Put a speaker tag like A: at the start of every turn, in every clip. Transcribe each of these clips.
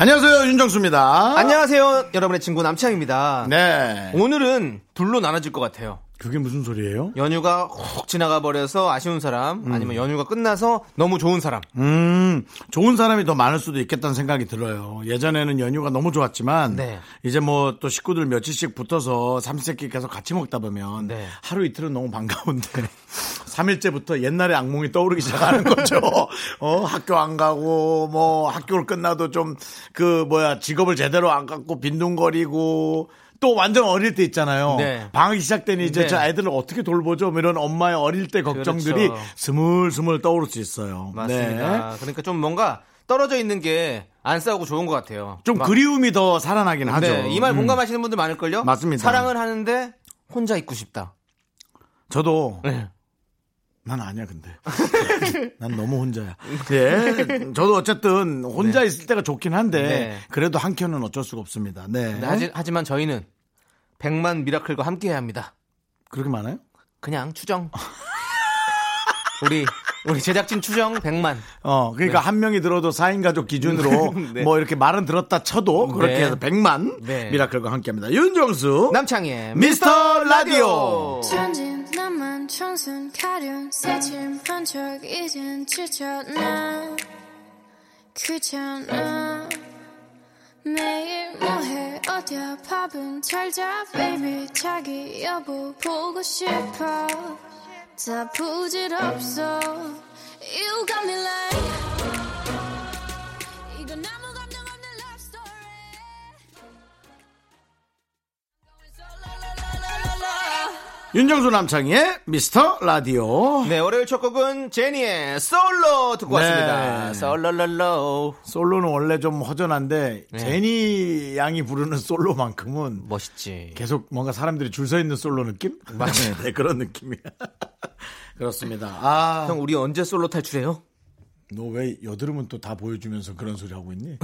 A: 안녕하세요 윤정수입니다.
B: 안녕하세요, 여러분의 친구 남창입니다.
A: 어? 네.
B: 오늘은 둘로 나눠질 것 같아요.
A: 그게 무슨 소리예요?
B: 연휴가 훅 지나가 버려서 아쉬운 사람, 아니면 연휴가 끝나서 너무 좋은 사람.
A: 음, 좋은 사람이 더 많을 수도 있겠다는 생각이 들어요. 예전에는 연휴가 너무 좋았지만
B: 네.
A: 이제 뭐 또 식구들 며칠씩 붙어서 삼시세끼 계속 같이 먹다 보면
B: 네.
A: 하루 이틀은 너무 반가운데 3일째부터 옛날의 악몽이 떠오르기 시작하는 거죠. 어, 학교 안 가고 뭐 학교를 끝나도 좀 그 뭐야 직업을 제대로 안 갖고 빈둥거리고 또 완전 어릴 때 있잖아요.
B: 네.
A: 방학이 시작되니 이제
B: 네.
A: 저 아이들을 어떻게 돌보죠? 뭐 이런 엄마의 어릴 때 걱정들이
B: 그렇죠.
A: 스물스물 떠오를 수 있어요.
B: 맞습니다.
A: 네.
B: 그러니까 좀 뭔가 떨어져 있는 게 안 싸우고 좋은 것 같아요.
A: 좀
B: 막-
A: 그리움이 더 살아나긴 하죠.
B: 네, 이 말
A: 음.
B: 공감하시는 분들 많을걸요?
A: 맞습니다.
B: 사랑을 하는데 혼자 있고 싶다.
A: 음, 저도
B: 네.
A: 난 아니야 근데 난 너무 혼자야.
B: 음.
A: 예, 저도 어쨌든 혼자 있을 때가 좋긴 한데
B: 네.
A: 그래도 한 켠은 어쩔 수가 없습니다. 네.
B: 하지, 하지만 저희는 100만 미라클과 함께 해야 합니다.
A: 그렇게 많아요?
B: 그냥 추정. 우리, 우리 제작진 추정 100만.
A: 어, 그러니까 한 명이 들어도 4인 가족 기준으로
B: 네.
A: 뭐 이렇게 말은 들었다 쳐도 그렇게
B: 네.
A: 해서 100만
B: 네.
A: 미라클과 함께합니다. 윤정수
B: 남창희의
A: 미스터 라디오.
B: 미스터
C: 천진 나만 청순 가련 새침 반짝 이젠 지쳤나 귀찮아 매일 뭐해 어디야 밥은 잘자 baby 자기 여보 보고 싶어 다 부질없어 You got me like 이건 아무 감정 없는 love story
A: 윤정수 남창희의 미스터 라디오.
B: 네, 월요일 첫 곡은 제니의 솔로 듣고
A: 네.
B: 왔습니다. 솔로롤로.
A: 솔로는 원래 좀 허전한데
B: 네.
A: 제니 양이 부르는 솔로만큼은
B: 멋있지.
A: 계속 뭔가 사람들이 줄 서 있는 솔로 느낌? 맞아요. 네, 그런 느낌이야. 그렇습니다. 아,
B: 형, 우리 언제 솔로 탈출해요?
A: 너 왜 여드름은 또 다 보여주면서 그런 소리 하고 있니?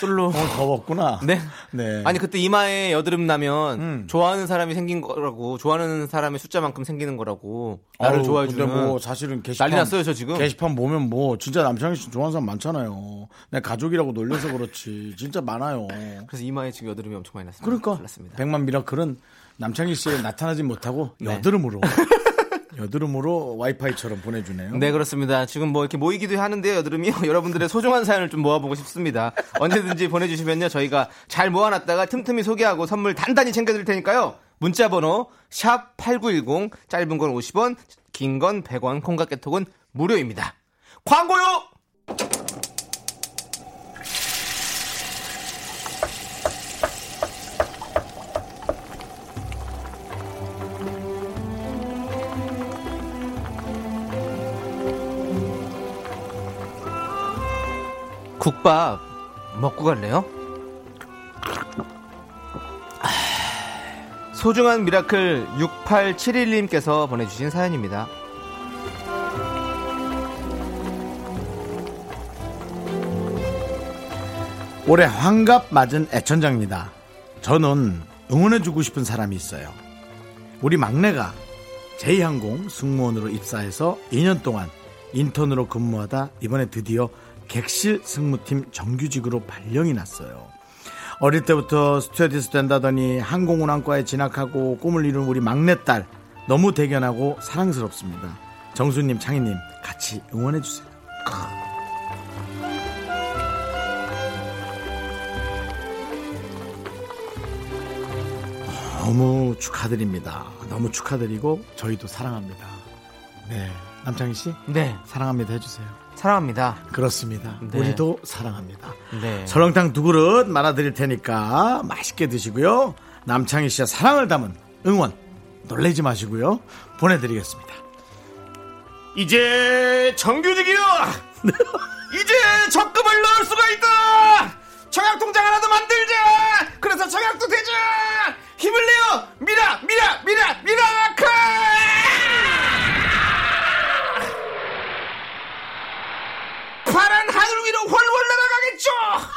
B: 솔로.
A: 오늘 더웠구나.
B: 네.
A: 네. 음.
B: 아니 그때 이마에 여드름 나면 좋아하는 사람이 생긴 거라고 좋아하는 사람의 숫자만큼 생기는 거라고 나를
A: 아유,
B: 좋아해
A: 근데
B: 주는
A: 뭐 사실은 게시판
B: 난리 났어요, 저 지금.
A: 게시판 보면 뭐 진짜 남창희 씨 좋아하는 사람 많잖아요. 내 가족이라고 놀려서 그렇지 진짜 많아요.
B: 그래서 이마에 지금 여드름이 엄청 많이 났습니다.
A: 그러니까
B: 났습니다.
A: 백만 미라클은 남창희 씨에 나타나지 못하고
B: 네.
A: 여드름으로 여드름으로 와이파이처럼 보내주네요.
B: 네 그렇습니다. 지금 뭐 이렇게 모이기도 하는데요, 여드름이 여러분들의 소중한 사연을 좀 모아보고 싶습니다. 언제든지 보내주시면요, 저희가 잘 모아놨다가 틈틈이 소개하고 선물 단단히 챙겨드릴 테니까요. 문자번호 샵 #8910 짧은 건 50원, 긴 건 100원, 콩과 깨톡은 무료입니다. 광고요. 국밥 먹고 갈래요? 아, 소중한 미라클 6871님께서 보내주신 사연입니다.
A: 올해 환갑 맞은 애천장입니다. 저는 응원해주고 싶은 사람이 있어요. 우리 막내가 제2항공 승무원으로 입사해서 2년 동안 인턴으로 근무하다 이번에 드디어 객실 승무팀 정규직으로 발령이 났어요. 어릴 때부터 스튜어디스 된다더니 항공운항과에 진학하고 꿈을 이룬 우리 막내딸 너무 대견하고 사랑스럽습니다. 정수님, 창희님 같이 응원해주세요. 너무 축하드립니다. 너무 축하드리고 저희도 사랑합니다. 네, 남창희 씨
B: 네,
A: 사랑합니다 해주세요.
B: 사랑합니다.
A: 그렇습니다.
B: 네.
A: 우리도 사랑합니다.
B: 네.
A: 설렁탕 두 그릇 말아드릴 테니까 맛있게 드시고요. 남창희 씨의 사랑을 담은 응원 놀래지 마시고요. 보내드리겠습니다.
B: 이제 정규직이요! 이제 적금을 넣을 수가 있다! 청약통장 하나 더 만들자! 그래서 청약도 되자! 힘을 내요! 미라! 미라! 미라! 미라클! 파란 하늘 위로 훨훨 날아가겠죠!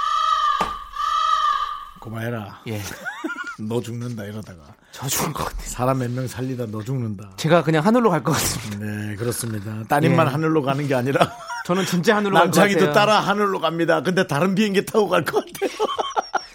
A: 고마해라.
B: 예.
A: 너 죽는다 이러다가
B: 저 죽을 것 같아요.
A: 사람 몇 명 살리다 너 죽는다.
B: 제가 그냥 하늘로 갈 것 같습니다.
A: 네 그렇습니다. 따님만
B: 예.
A: 하늘로 가는 게 아니라
B: 저는 진짜 하늘로 갈 것 같아요.
A: 남창이도 따라 하늘로 갑니다. 근데 다른 비행기 타고 갈 것 같아요.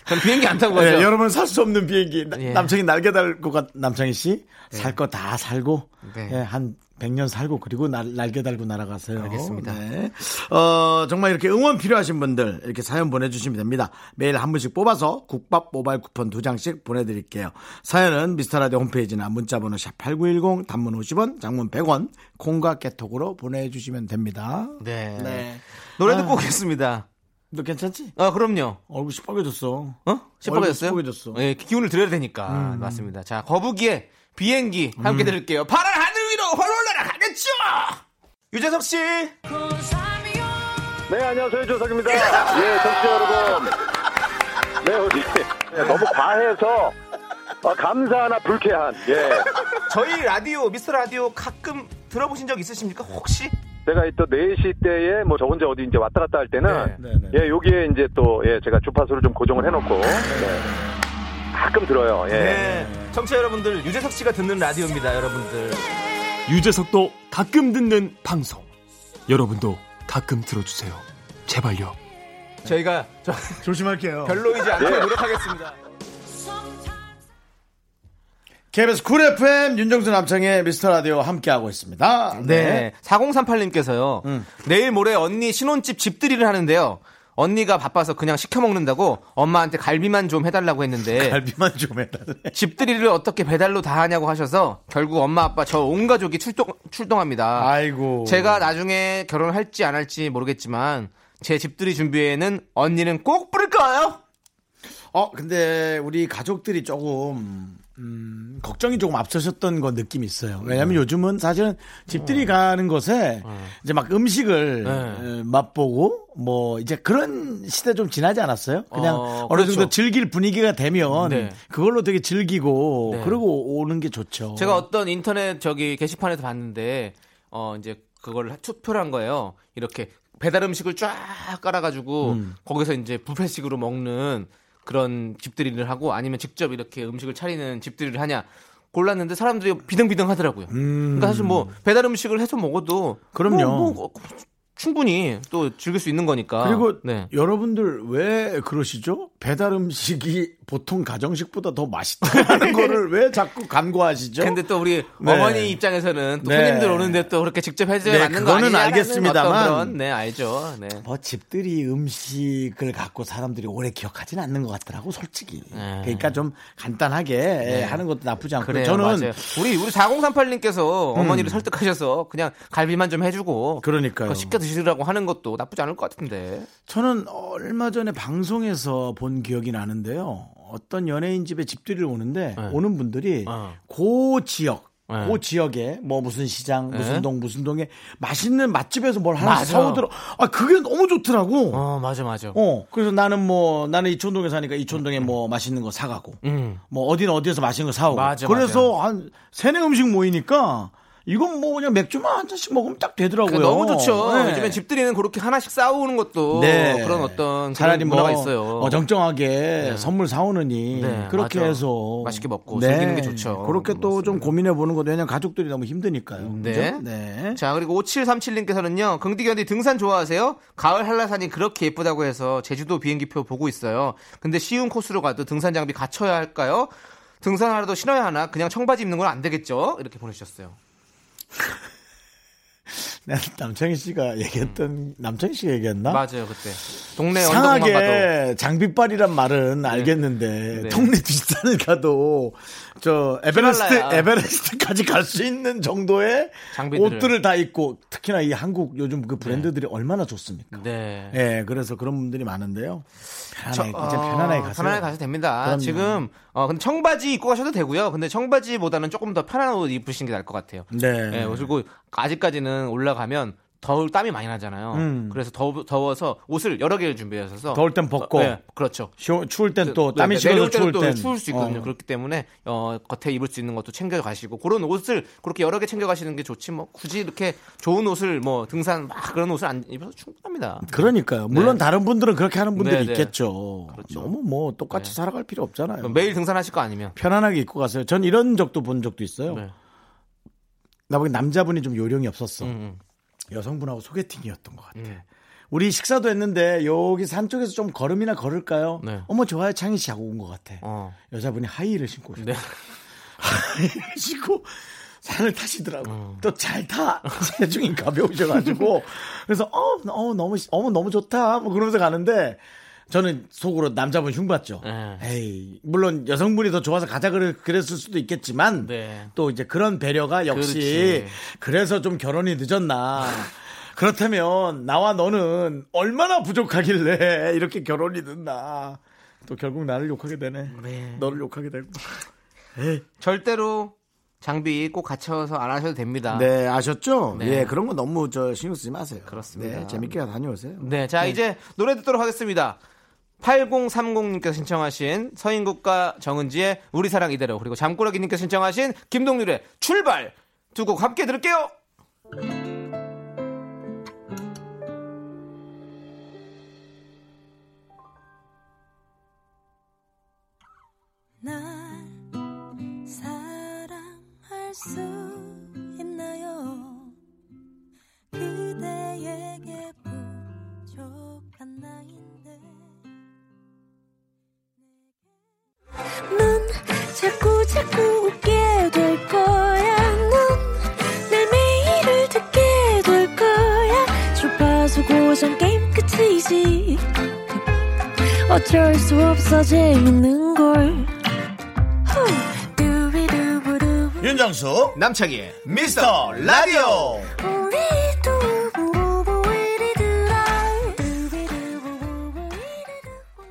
B: 저는 비행기 안 타고 가죠.
A: 예, 여러분 살 수 없는 비행기. 나-
B: 예.
A: 남창이 날개 달고 가, 남창희 씨. 살 거 다 살고
B: 네.
A: 예, 한 100년 살고 그리고 날, 날개 달고 날아가세요.
B: 알겠습니다.
A: 네. 어, 정말 이렇게 응원 필요하신 분들 이렇게 사연 보내 주시면 됩니다. 매일 한 분씩 뽑아서 국밥 모바일 쿠폰 두 장씩 보내 드릴게요. 사연은 미스터 라디오 홈페이지나 문자 번호 샵8910 단문 50원, 장문 100원 콩과 깨톡으로 보내 주시면 됩니다.
B: 네.
A: 네.
B: 노래 듣고 오겠습니다.
A: 너 괜찮지?
B: 아, 그럼요.
A: 얼굴 시뻘개졌어.
B: 어? 시뻘개졌어요?
A: 얼굴 시뻘개졌어. 음.
B: 예, 기운을 드려야 되니까. 맞습니다. 자, 거북이의 비행기 함께 들을게요. 파란 하늘 위로 훨훨 날아가겠죠! 유재석 씨!
D: 네, 안녕하세요. 조석입니다. 예, 청취자 여러분. 네, 어디. 예, 너무 과해서, 아, 감사하나 불쾌한, 예.
B: 저희 라디오, 미스터 라디오 가끔 들어보신 적 있으십니까? 혹시?
D: 제가 이또 4시 때에, 뭐, 저 혼자 어디 이제 왔다 갔다 할 때는,
A: 네, 네, 네.
D: 예, 여기에 이제 또, 예, 제가 주파수를 좀 고정을 해놓고, 예, 가끔 들어요, 예.
B: 네. 청취자 여러분들, 유재석 씨가 듣는 라디오입니다, 여러분들.
E: 유재석도 가끔 듣는 방송. 여러분도 가끔 들어주세요. 제발요.
B: 저희가 저-
A: 조심할게요.
B: 별로이지 않게 노력하겠습니다.
A: KBS 쿨 FM 윤정수 남창의 미스터 라디오 함께하고 있습니다.
B: 네. 음. 4038님께서요. 내일 모레 언니 신혼집 집들이를 하는데요. 언니가 바빠서 그냥 시켜 먹는다고 엄마한테 갈비만 좀 해달라고 했는데
A: 갈비만 좀 해달래.
B: 집들이를 어떻게 배달로 다 하냐고 하셔서 결국 엄마 아빠 저 온 가족이 출동 출동합니다.
A: 아이고.
B: 제가 나중에 결혼을 할지 안 할지 모르겠지만 제 집들이 준비에는 언니는 꼭 부를 거예요.
A: 어, 근데 우리 가족들이 조금, 음, 걱정이 조금 앞서셨던 건 느낌이 있어요. 왜냐면
B: 음.
A: 요즘은 사실은 집들이 가는 것에 이제 막 음식을
B: 네.
A: 어, 맛보고 뭐 이제 그런 시대 좀 지나지 않았어요? 그냥
B: 어,
A: 어, 느 정도
B: 그렇죠.
A: 즐길 분위기가 되면
B: 네.
A: 그걸로 되게 즐기고
B: 네.
A: 그러고 오는 게 좋죠.
B: 제가 어떤 인터넷 저기 게시판에서 봤는데 어 이제 그걸 투표를 한 거예요. 이렇게 배달 음식을 쫙 깔아가지고
A: 음.
B: 거기서 이제 부페식으로 먹는 그런 집들이를 하고 아니면 직접 이렇게 음식을 차리는 집들이를 하냐 골랐는데 사람들이 비등비등 하더라고요. 그러니까 사실 뭐 배달 음식을 해서 먹어도
A: 음. 그럼요.
B: 뭐, 뭐, 충분히 또 즐길 수 있는 거니까.
A: 그리고
B: 네.
A: 여러분들 왜 그러시죠? 배달 음식이 보통 가정식보다 더 맛있다는 거를 왜 자꾸 간과하시죠?
B: 근데 또 우리
A: 네.
B: 어머니 입장에서는 또
A: 네.
B: 손님들 오는데 또 그렇게 직접 해줘야
A: 네,
B: 맞는 거
A: 그거는
B: 아니냐는
A: 알겠습니다만.
B: 어떤 그런, 네 알죠. 네.
A: 뭐 집들이 음식을 갖고 사람들이 오래 기억하지는 않는 것 같더라고 솔직히.
B: 네.
A: 그러니까 좀 간단하게 하는 것도 나쁘지 않고
B: 그래요,
A: 저는 음.
B: 맞아요. 우리 우리 4038님께서 어머니를 설득하셔서 그냥 갈비만 좀 해주고
A: 그러니까요.
B: 그거 시켜 드시라고 하는 것도 나쁘지 않을 것 같은데.
A: 저는 얼마 전에 방송에서 본 기억이 나는데요. 어떤 연예인 집에 집들이를 오는데 오는 분들이
B: 어.
A: 고 지역
B: 네.
A: 고 지역에 뭐 무슨 시장 무슨
B: 네.
A: 동 무슨 동에 맛있는 맛집에서 뭘 하나
B: 맞아.
A: 사오더라. 아 그게 너무 좋더라고. 어.
B: 어 맞아 맞아.
A: 그래서 나는 뭐 나는 이촌동에 사니까 이촌동에 뭐 맛있는 거 사가고
B: 음.
A: 뭐 어디는 어디에서 맛있는 거 사오고
B: 맞아,
A: 그래서 한 세네 음식 모이니까 이건 뭐 그냥 맥주만 한 잔씩 먹으면 딱 되더라고요.
B: 그러니까 너무 좋죠.
A: 네.
B: 요즘엔 집들이는 그렇게 하나씩 싸우는 것도 그런 어떤
A: 차라리
B: 그런 문화가
A: 뭐
B: 있어요.
A: 어정쩡하게 선물 사오느니
B: 네,
A: 그렇게
B: 맞아.
A: 해서 네.
B: 맛있게 먹고 즐기는 게 좋죠.
A: 그렇게 또 좀
B: 맞습니다.
A: 고민해 보는 것도 왜냐면 가족들이 너무 힘드니까요.
B: 네.
A: 그죠? 네.
B: 자, 그리고 5737님께서는요, 긍디견디 등산 좋아하세요? 가을 한라산이 그렇게 예쁘다고 해서 제주도 비행기표 보고 있어요. 근데 쉬운 코스로 가도 등산 장비 갖춰야 할까요? 등산하라도 신어야 하나? 그냥 청바지 입는 건 안 되겠죠? 이렇게 보내주셨어요.
A: 난 네, 남창희 씨가 얘기했던 남창희 씨가 얘기했나?
B: 맞아요, 그때. 동네 언덕만 봐도.
A: 상하게 장비빨이란 말은 알겠는데
B: 네.
A: 동네 뒷산을 가도 저 에베레스트
B: 히말라야.
A: 에베레스트까지 갈 수 있는 정도의
B: 장비들을.
A: 옷들을 다 입고 특히나 이 한국 요즘 그 브랜드들이 얼마나 좋습니까?
B: 네.
A: 예, 그래서 그런 분들이 많은데요. 편안하게, 이제
B: 어,
A: 편안하게 가세요.
B: 편안하게 가셔도 됩니다.
A: 그럼요.
B: 지금, 어, 근데 청바지 입고 가셔도 되고요. 근데 청바지보다는 조금 더 편한 옷 입으신 게 나을 것 예, 같아요.
A: 네.
B: 예, 그리고 아직까지는 올라가면 더울 땀이 많이 나잖아요.
A: 음.
B: 그래서 더, 더워서 옷을 여러 개를 준비하셔서
A: 더울 땐 벗고.
B: 네, 그렇죠.
A: 시원- 추울 땐 또
B: 네,
A: 땀이
B: 네,
A: 식어서
B: 내려올 때는
A: 추울
B: 또
A: 땐
B: 추울 수 있거든요.
A: 어.
B: 그렇기 때문에 어, 겉에 입을 수 있는 것도 챙겨 가시고 그런 옷을 그렇게 여러 개 챙겨 가시는 게 좋지 뭐 굳이 이렇게 좋은 옷을 뭐 등산 막 그런 옷을 안 입어서 충분합니다.
A: 그러니까요. 물론
B: 네.
A: 다른 분들은 그렇게 하는 분들이
B: 네, 네.
A: 있겠죠.
B: 그렇죠.
A: 너무 뭐 똑같이
B: 네.
A: 살아갈 필요 없잖아요.
B: 매일 등산하실 거 아니면
A: 편안하게 입고 가세요. 전 이런 적도 본 적도 있어요.
B: 네.
A: 나보기 남자분이 좀 요령이 없었어.
B: 음,
A: 여성분하고 소개팅이었던 것 같아. 우리 식사도 했는데 여기 산 쪽에서 좀 걸음이나 걸을까요?
B: 네.
A: 어머 좋아요 창희 씨 하고 온 것 같아.
B: 어.
A: 여자분이 하이힐을 신고 오셨어.
B: 네.
A: 하이힐 신고 산을 타시더라고.
B: 어.
A: 또 잘 타. 체중이 가벼우셔가지고 그래서 어, 어 너무 시- 어머 너무 좋다. 뭐 그러면서 가는데 저는 속으로 남자분 흉봤죠.
B: 네.
A: 에이 물론 여성분이 더 좋아서 가자 그래- 그랬을 수도 있겠지만
B: 네.
A: 또 이제 그런 배려가 역시
B: 그렇지.
A: 그래서좀 결혼이 늦었나. 그렇다면 나와 너는 얼마나 부족하길래 이렇게 결혼이 늦나. 또 결국 나를 욕하게 되네.
B: 네.
A: 너를 욕하게 되고.
B: 절대로 장비 꼭 갖춰서 안 하셔도 됩니다.
A: 네, 아셨죠?
B: 아. 네.
A: 예, 그런 거 너무 저 신경 쓰지 마세요.
B: 그렇습니다.
A: 네, 재밌게 다녀오세요.
B: 네, 자 이제 노래 듣도록 하겠습니다. 8030님께서 신청하신 서인국과 정은지의 우리 사랑 이대로 그리고 잠꾸러기님께서 신청하신 김동률의 출발 두 곡 함께 들을게요.
C: 날 사랑할 수 있나요? 그대에게 부족한 나인데 넌 자꾸 자꾸 웃게 될 거야 넌내 매일을 듣게 될 거야 주파수 고정 게임 끝이지 어쩔 수 없어 재밌는 걸 후. 두비두부두.
A: 윤정수,
B: 남창희의
A: 미스터 라디오.
C: 우리 두부부부 우리들아. 두비두부부부 우리들아.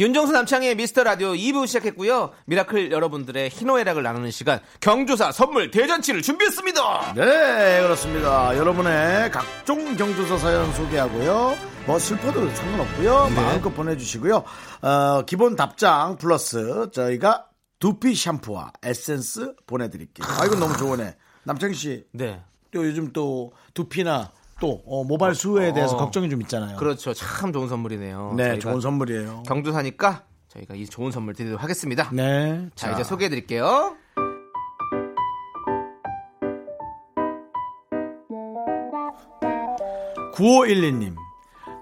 B: 윤정수 남창희의 미스터 라디오 2부 시작했고요. 미라클 여러분들의 희노애락을 나누는 시간 경조사 선물 대잔치를 준비했습니다.
A: 네, 그렇습니다. 여러분의 각종 경조사 사연 소개하고요. 뭐 슬퍼도 상관없고요.
B: 네.
A: 마음껏 보내주시고요. 어, 기본 답장 플러스 저희가 두피 샴푸와 에센스 보내드릴게요. 아, 이건 너무 좋으네. 남창희 씨,
B: 네,
A: 또 요즘 또 두피나 또 어, 모발 수혜에 대해서
B: 어.
A: 걱정이 좀 있잖아요.
B: 그렇죠. 참 좋은 선물이네요.
A: 네,
B: 저희가
A: 좋은 선물이에요.
B: 경조사니까 저희가 이 좋은 선물 드리도록 하겠습니다.
A: 네,
B: 자, 이제 소개해드릴게요.
A: 자, 9512님.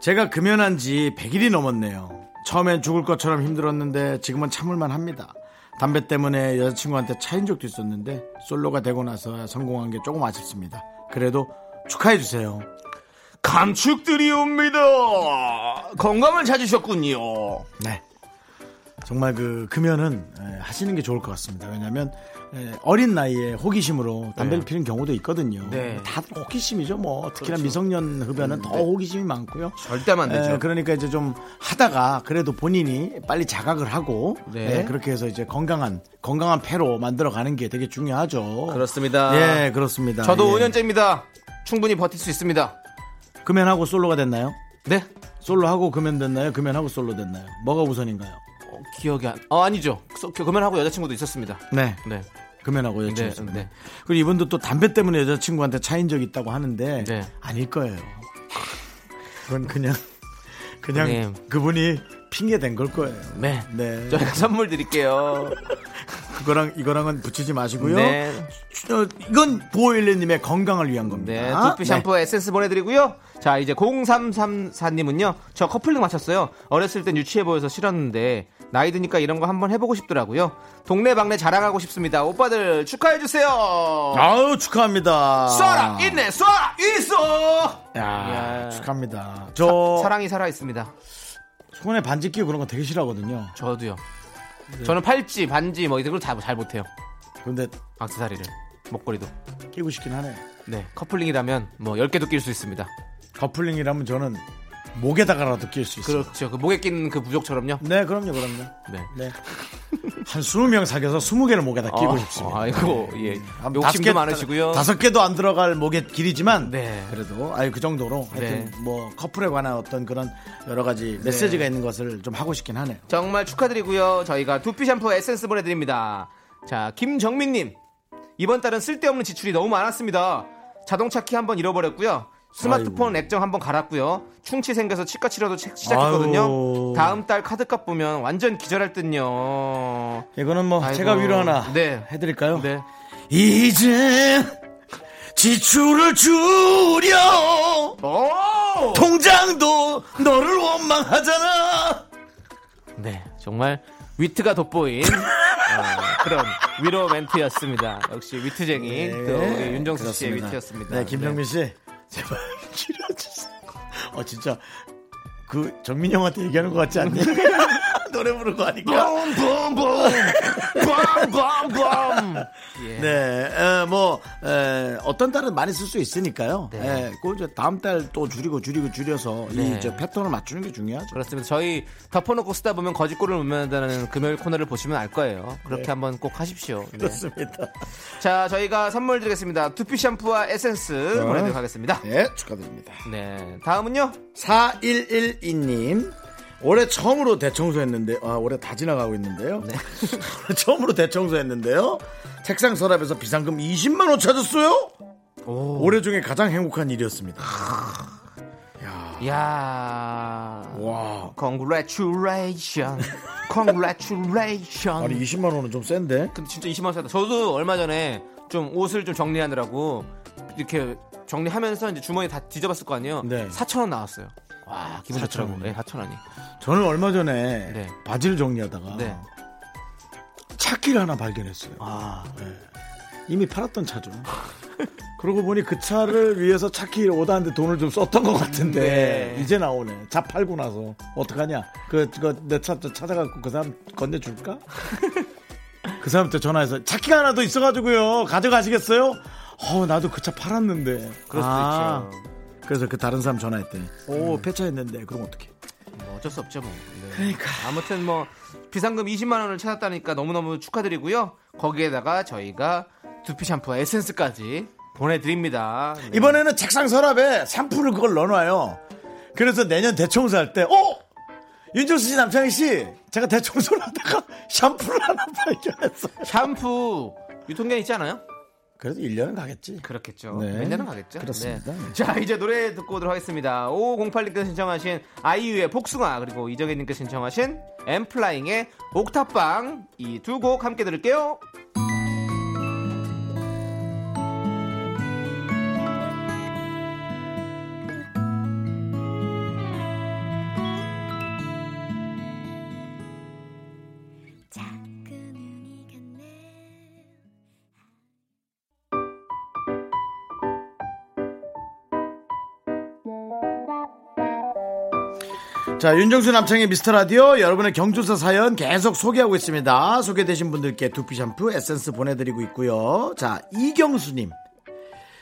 A: 제가 금연한 지 100일이 넘었네요. 처음엔 죽을 것처럼 힘들었는데 지금은 참을만 합니다. 담배 때문에 여자친구한테 차인 적도 있었는데 솔로가 되고 나서 성공한 게 조금 아쉽습니다. 그래도 축하해주세요.
B: 감축드리옵니다. 건강을 찾으셨군요.
A: 네. 정말 그 금연은 에, 하시는 게 좋을 것 같습니다. 왜냐하면 에, 어린 나이에 호기심으로 담배를 피는 경우도 있거든요.
B: 네. 그렇죠. 음,
A: 다 호기심이죠. 뭐 특히나 미성년 흡연은 더 호기심이 많고요.
B: 절대 안 되죠.
A: 에, 그러니까 이제 좀 하다가 그래도 본인이 빨리 자각을 하고
B: 네.
A: 예, 그렇게 해서 이제 건강한 건강한 폐로 만들어가는 게 되게 중요하죠.
B: 그렇습니다. 아,
A: 예, 그렇습니다.
B: 저도
A: 예.
B: 5년째입니다. 충분히 버틸 수 있습니다.
A: 금연하고 솔로가 됐나요?
B: 네.
A: 솔로하고 금연 됐나요? 금연하고 솔로 됐나요? 뭐가 우선인가요?
B: 어, 기억이 안. 어, 아니죠. 그- 금연하고 여자친구도 있었습니다.
A: 네,
B: 네.
A: 금연하고 여자친구. 네,
B: 네, 네.
A: 그리고 이분도 또 담배 때문에 여자친구한테 차인 적이 있다고 하는데
B: 네.
A: 아닐 거예요. 그건 그냥 그냥
B: 형님.
A: 그분이 핑계 댄 걸 거예요.
B: 네.
A: 네.
B: 저희가 선물 드릴게요.
A: 그거랑 이거랑은 붙이지 마시고요.
B: 네.
A: 어, 이건 보일레님의 건강을 위한 겁니다.
B: 네. 두피 샴푸 에센스 보내드리고요. 자, 이제 0334님은요. 저 커플링 마쳤어요. 어렸을 땐 유치해 보여서 싫었는데, 나이 드니까 이런 거 한번 해보고 싶더라고요. 동네방네 자랑하고 싶습니다. 오빠들 축하해주세요.
A: 네. 아우 축하합니다.
B: 쏴라 있네 쏴라 있어
A: 야,
B: 예.
A: 축하합니다. 저
B: 사랑이 살아있습니다
A: 손에 반지 끼고 그런 거 되게 싫어하거든요.
B: 저도요 저는 팔찌 반지 뭐 이런 걸잘 잘 못해요
A: 근데
B: 악세사리를 목걸이도
A: 끼고 싶긴 하네요.
B: 네 커플링이라면 뭐 10개도 낄 수 있습니다
A: 커플링이라면 저는 목에다가라도 낄 수 있어요.
B: 그렇죠 그 목에 끼는 그 부족처럼요
A: 네, 그럼요, 그럼요.
B: 네
A: 네. 한 20명 사귀어서 20개를 목에다 끼고 싶습니다.
B: 아이고, 예.
A: 한 다섯 개,
B: 욕심도 많으시고요.
A: 다섯 개도 안 들어갈 목의 길이지만
B: 네.
A: 그래도 아유 그 정도로 하여튼
B: 네.
A: 뭐 커플에 관한 어떤 그런 여러 가지 메시지가 있는 것을 좀 하고 싶긴 하네요.
B: 정말 축하드리고요. 저희가 두피 샴푸 에센스 보내드립니다. 자, 김정민님. 이번 달은 쓸데없는 지출이 너무 많았습니다. 자동차 키 한번 잃어버렸고요. 스마트폰 액정 한번 갈았고요. 충치 생겨서 치과 치료도 시- 시작했거든요.
A: 아유.
B: 다음 달 카드값 보면 완전 기절할 듯요.
A: 이거는 뭐
B: 아이고.
A: 제가 위로 하나
B: 네.
A: 해드릴까요?
B: 네.
A: 이제 지출을 줄여
B: 오!
A: 통장도 너를 원망하잖아.
B: 네, 정말 위트가 돋보인 어, 그런 위로 멘트였습니다. 역시 위트쟁이 예, 또 우리 윤정수 씨의
A: 네, 그렇습니다.
B: 위트였습니다.
A: 네, 김정민 씨 제발 줄여주세요. 어 진짜 그 정민 형한테 얘기하는 것 같지 않니? 노래 부르는 거 아닌가?
B: 빰빰빰.
A: 네, 에, 뭐 에, 어떤 달은 많이 쓸 수 있으니까요. 네. 그 이제 다음 달 또 줄이고 줄이고 줄여서
B: 네.
A: 이 이제 패턴을 맞추는 게 중요하죠.
B: 그렇습니다. 저희 덮어놓고 쓰다 보면 거짓골을 묻는다는 금요일 코너를 보시면 알 거예요.
A: 네.
B: 그렇게 한번 꼭 하십시오. 네.
A: 그렇습니다.
B: 자, 저희가 선물 드리겠습니다. 두피 샴푸와 에센스 보내드리도록 하겠습니다.
A: 네, 축하드립니다.
B: 네, 다음은요.
A: 4112님. 올해 처음으로 대청소했는데, 아, 올해 다 지나가고 있는데요. 처음으로 대청소했는데요. 책상 서랍에서 비상금 20만원 찾았어요? 올해 중에 가장 행복한 일이었습니다.
B: 야,
A: 와.
B: congratulation, congratulation.
A: 아니, 20만원은 좀 센데?
B: 근데 진짜 20만 원 샀다. 저도 얼마 전에 좀 옷을 좀 정리하느라고 이렇게 정리하면서 이제 주머니 다 뒤져봤을 거 아니에요.
A: 네.
B: 4천 원 나왔어요. 와 기분 좋더라고요. 네, 4천 원이.
A: 저는 얼마 전에
B: 네.
A: 바지를 정리하다가
B: 네.
A: 차키를 하나 발견했어요. 네. 이미 팔았던 차죠. 그러고 보니 그 차를 위해서 차키를 오다는데 돈을 좀 썼던 것 같은데
B: 네.
A: 이제 나오네. 차 팔고 나서 어떡하냐? 그 그거 내차 찾아갖고 그 사람 건네줄까? 그 사람한테 전화해서 차키가 하나 더 있어가지고요 가져가시겠어요? 어 나도 그 차 팔았는데.
B: 그럴 수도
A: 아,
B: 있죠.
A: 그래서 그 다른 사람 음. 전화했더니 오 폐차했는데 그럼 어떡해?
B: 뭐 어쩔 수 없죠 뭐. 네. 아무튼 뭐 비상금 20만 원을 찾았다니까 너무너무 축하드리고요. 거기에다가 저희가 두피 샴푸와 에센스까지 보내드립니다. 네.
A: 이번에는 책상 서랍에 샴푸를 그걸 넣어놔요. 그래서 내년 대청소할 때, 어? 윤종수 씨, 남창희 씨, 제가 대청소를 하다가 샴푸를 하나 발견했어요.
B: 샴푸 유통기한 있지 않아요?
A: 그래도 1년은 가겠지.
B: 그렇겠죠.
A: 네.
B: 맨날은 가겠죠.
A: 그렇습니다.
B: 네. 자, 이제 노래 듣고 오도록 하겠습니다. 5508님께서 신청하신 아이유의 복숭아, 그리고 이정현님께서 신청하신 엠플라잉의 옥탑방 이 두 곡 함께 들을게요.
C: 작은 눈이 갔네
A: 자, 윤종수 남창희 미스터 라디오 여러분의 경조사 사연 계속 소개하고 있습니다. 소개되신 분들께 두피 샴푸 에센스 보내드리고 있고요. 자, 이경수님.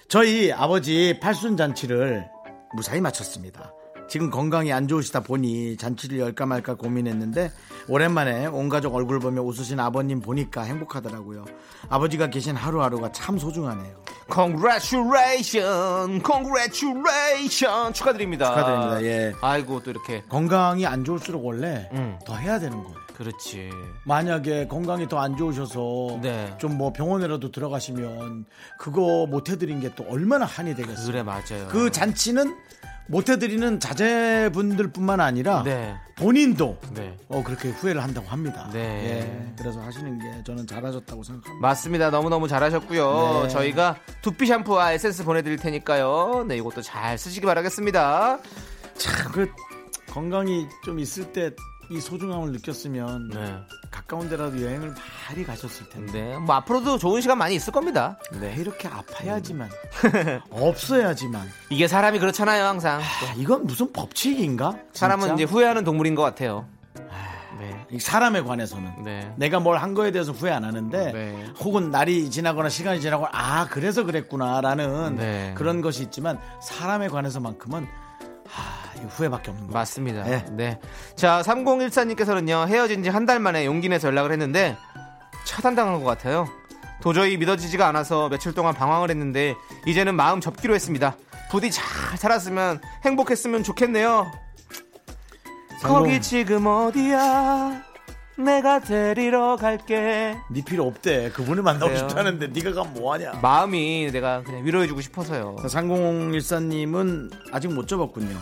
A: 저희 아버지 팔순 잔치를 무사히 마쳤습니다. 지금 건강이 안 좋으시다 보니 잔치를 열까 말까 고민했는데 오랜만에 온 가족 얼굴 보며 웃으신 아버님 보니까 행복하더라고요. 아버지가 계신 하루하루가 참 소중하네요.
B: Congratulation, Congratulation 축하드립니다.
A: 축하드립니다. 예.
B: 아이고 또 이렇게
A: 건강이 안 좋을수록 원래
B: 음.
A: 더 해야 되는 거예요.
B: 그렇지.
A: 만약에 건강이 더 안 좋으셔서
B: 네.
A: 좀 뭐 병원에라도 들어가시면 그거 못 해드린 게 또 얼마나 한이 되겠어요.
B: 그래 맞아요.
A: 그 잔치는 못 해드리는 자제분들뿐만 아니라
B: 네.
A: 본인도
B: 네.
A: 어, 그렇게 후회를 한다고 합니다.
B: 네.
A: 예, 그래서 하시는 게 저는 잘하셨다고 생각합니다.
B: 맞습니다. 너무너무 잘하셨고요.
A: 네.
B: 저희가 두피 샴푸와 에센스 보내드릴 테니까요. 네, 이것도 잘 쓰시기 바라겠습니다.
A: 참, 그 건강이 좀 있을 때 이 소중함을 느꼈으면 가까운 데라도 여행을 많이 가셨을 텐데
B: 네, 뭐 앞으로도 좋은 시간 많이 있을 겁니다. 네.
A: 왜 이렇게 아파야지만
B: 음.
A: 없어야지만
B: 이게 사람이 그렇잖아요, 항상.
A: 아, 이건 무슨 법칙인가?
B: 사람은
A: 진짜?
B: 이제 후회하는 동물인 것 같아요. 네,
A: 이 사람에 관해서는
B: 네.
A: 내가 뭘 한 거에 대해서 후회 안 하는데
B: 네.
A: 혹은 날이 지나거나 시간이 지나고 아 그래서 그랬구나라는
B: 네.
A: 그런 것이 있지만 사람에 관해서만큼은 아 후회밖에 없는 거.
B: 맞습니다.
A: 네.
B: 네. 자, 3014님께서는요, 헤어진 지 한 달 만에 용기 내서 연락을 했는데, 차단당한 것 같아요. 도저히 믿어지지가 않아서 며칠 동안 방황을 했는데, 이제는 마음 접기로 했습니다. 부디 잘 살았으면, 행복했으면 좋겠네요.
A: 성공.
B: 거기 지금 어디야? 내가 데리러 갈게.
A: 네 필요 없대. 그분을 만나고
B: 그래요.
A: 싶다는데 네가 가면 뭐하냐.
B: 마음이 내가 그냥 위로해주고 싶어서요.
A: 자, 3014님은 아직 못 접었군요.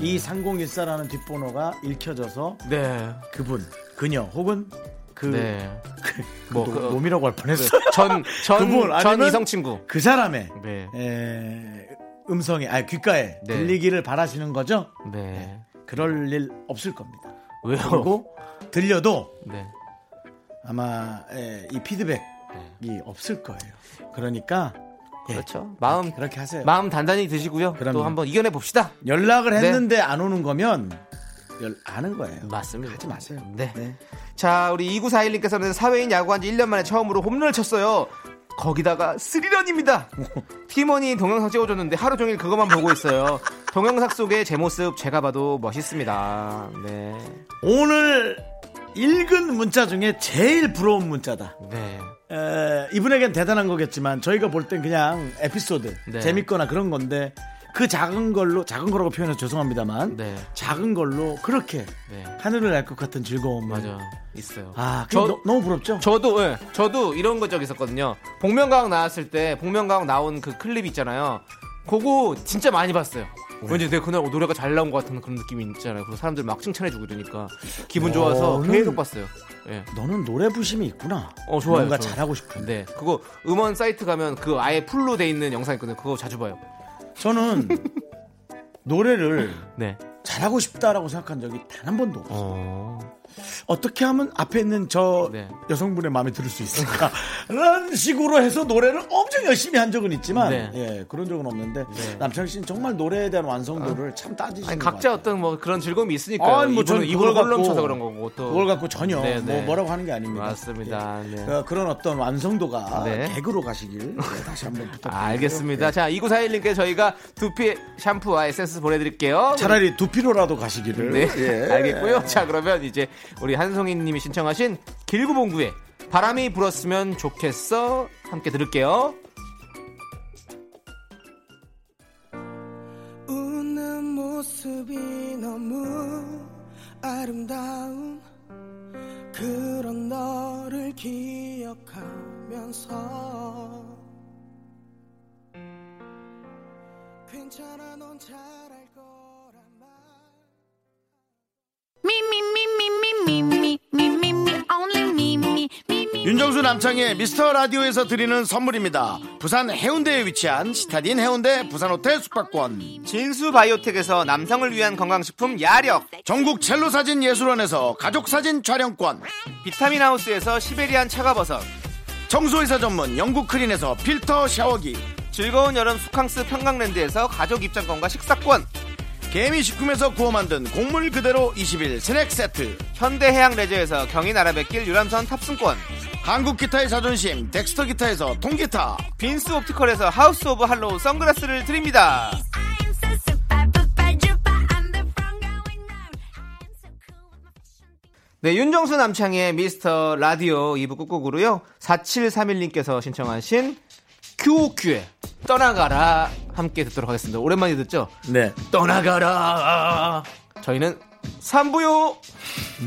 A: 이 3014라는 뒷번호가 읽혀져서
B: 네.
A: 그분, 그녀 혹은 그,
B: 네.
A: 그
B: 뭐,
A: 노-
B: 그-
A: 놈이라고 할 뻔했어.
B: 전, 전,
A: 그분
B: 전
A: 아니면-
B: 이성 친구.
A: 그 사람의
B: 네.
A: 에, 음성에 아니 귓가에
B: 네.
A: 들리기를 바라시는 거죠?
B: 네.
A: 그럴 일 없을 겁니다.
B: 왜요?
A: 그리고 들려도
B: 네.
A: 아마 에, 이 피드백이
B: 네.
A: 없을 거예요. 그러니까 예,
B: 그렇죠. 마음
A: 그렇게 하세요.
B: 마음 단단히 드시고요.
A: 그럼요.
B: 또 한번 이겨내 봅시다.
A: 연락을
B: 네.
A: 했는데 안 오는 거면 연- 아는 거예요.
B: 맞습니다.
A: 하지 마세요.
B: 네.
A: 네.
B: 자, 우리 2941님께서는 사회인 야구한 지 1년 만에 처음으로 홈런을 쳤어요. 거기다가 스리런입니다. 팀원이 동영상 찍어줬는데 하루 종일 그것만 보고 있어요. 동영상 속에 제 모습 제가 봐도 멋있습니다. 네.
A: 오늘 읽은 문자 중에 제일 부러운 문자다.
B: 네.
A: 에, 이분에겐 대단한 거겠지만 저희가 볼 땐 그냥 에피소드
B: 네.
A: 재밌거나 그런 건데 그 작은 걸로 작은 거라고 표현해서 죄송합니다만
B: 네.
A: 작은 걸로 그렇게
B: 네.
A: 하늘을 날 것 같은 즐거움
B: 맞아. 예, 있어요.
A: 아,
B: 저-
A: 저, 너, 너무 부럽죠?
B: 저도 예, 저도 이런 거적 있었거든요. 복면가왕 나왔을 때 복면가왕 나온 그 클립 있잖아요. 그거 진짜 많이 봤어요. 왠지 내가 그날 노래가 잘 나온 것 같은 그런 느낌이 있잖아요. 그리고 사람들 막 칭찬해주고 이러니까 기분 좋아서
A: 너는-
B: 계속 봤어요. 예.
A: 너는 노래 부심이 있구나.
B: 어, 좋아요,
A: 뭔가
B: 좋아요.
A: 잘하고 싶은데.
B: 네. 그거 음원 사이트 가면 그 아예 풀로 돼 있는 영상 있거든요. 그거 자주 봐요.
A: 저는 노래를
B: 네.
A: 잘하고 싶다라고 생각한 적이 단 한 번도 없어요. 어떻게 하면 앞에 있는 저
B: 네.
A: 여성분의 마음에 들을 수 있을까? 라는 식으로 해서 노래를 엄청 열심히 한 적은 있지만
B: 네.
A: 예, 그런 적은 없는데 남창 씨는 정말 노래에 대한 완성도를 참 따지시는
B: 아니,
A: 것
B: 각자
A: 같아요.
B: 어떤 뭐 그런 즐거움이 있으니까요.
A: 아니, 뭐
B: 이분은
A: 저는
B: 이걸
A: 그걸 갖고-
B: 걸럼쳐서 그런 거고 또
A: 그걸 갖고 전혀
B: 네, 네.
A: 뭐 뭐라고 하는 게 아닙니다.
B: 맞습니다.
A: 예.
B: 네.
A: 어, 그런 어떤 완성도가
B: 네.
A: 개그로 가시길 예, 다시 한번 부탁드립니다.
B: 알겠습니다. 자, 2941님께 저희가 두피 샴푸와 에센스 보내드릴게요.
A: 차라리 두피로라도 가시기를.
B: 아. 네,
A: 예.
B: 알겠고요. 자, 그러면 이제 우리 한송이님이 신청하신 길구봉구의 바람이 불었으면 좋겠어 함께 들을게요.
F: 웃는 모습이 너무 아름다운 그런 너를 기억하면서 괜찮아 넌 잘할 거란 말
C: Me, me, me, me, me, me, me, me, me, me, only me, me, me, me.
A: 윤정수 남창의 미스터 라디오에서 드리는 선물입니다. 부산 해운대에 위치한 시타딘 해운대 부산 호텔 숙박권.
B: 진수 바이오텍에서 남성을 위한 건강식품 야력,
A: 전국 첼로 사진 예술원에서 가족 사진 촬영권.
B: 비타민 하우스에서 시베리안 차가버섯,
A: 청소회사 전문 영국 크린에서 필터 샤워기.
B: 즐거운 여름 수캉스 평강랜드에서 가족 입장권과 식사권,
A: 개미 식품에서 구워 만든 곡물 그대로 20일 스낵 세트.
B: 현대해양 레저에서 경인아라뱃길 유람선 탑승권,
A: 한국 기타의 자존심 덱스터 기타에서 통기타.
B: 빈스 옵티컬에서 하우스 오브 할로우 선글라스를 드립니다.
C: I am so super, super, duper. I'm the front going round. I am so cool with my fashion.
B: 네, 윤정수 남창의 미스터 라디오 2부 꾹꾹으로요. 4731님께서 신청하신 QOQ의 떠나가라 함께 듣도록 하겠습니다. 오랜만에 듣죠?
A: 네.
B: 떠나가라. 저희는 3부요.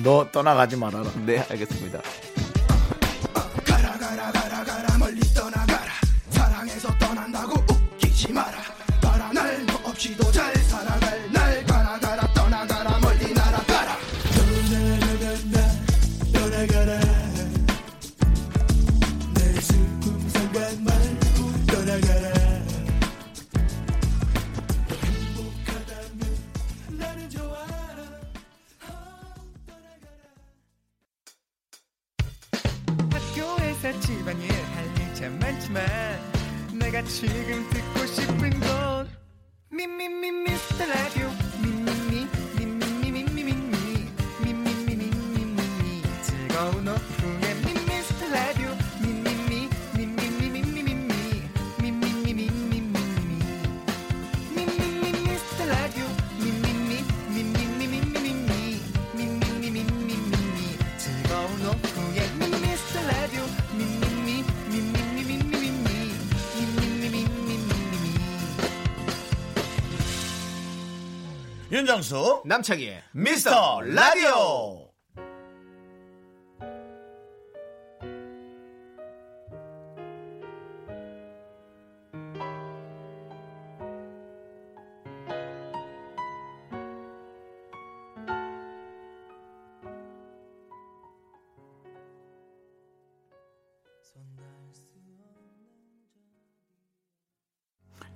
A: 너 떠나가지 말아라.
B: 네, 알겠습니다.
G: 학교에서 집안일 할 일 참 많지만 내가 지금 듣고 싶은 건 미미미 미스터 라디오 미미미 미미미 미미미 미미미 미미미 미미미 즐거운 오후에 미스터 라디오 미미미 미미미 미미미 미미미 미미미 미미미 미미미 미스터 라디오 미미미
H: 윤정수
B: 남창희의
H: 미스터 라디오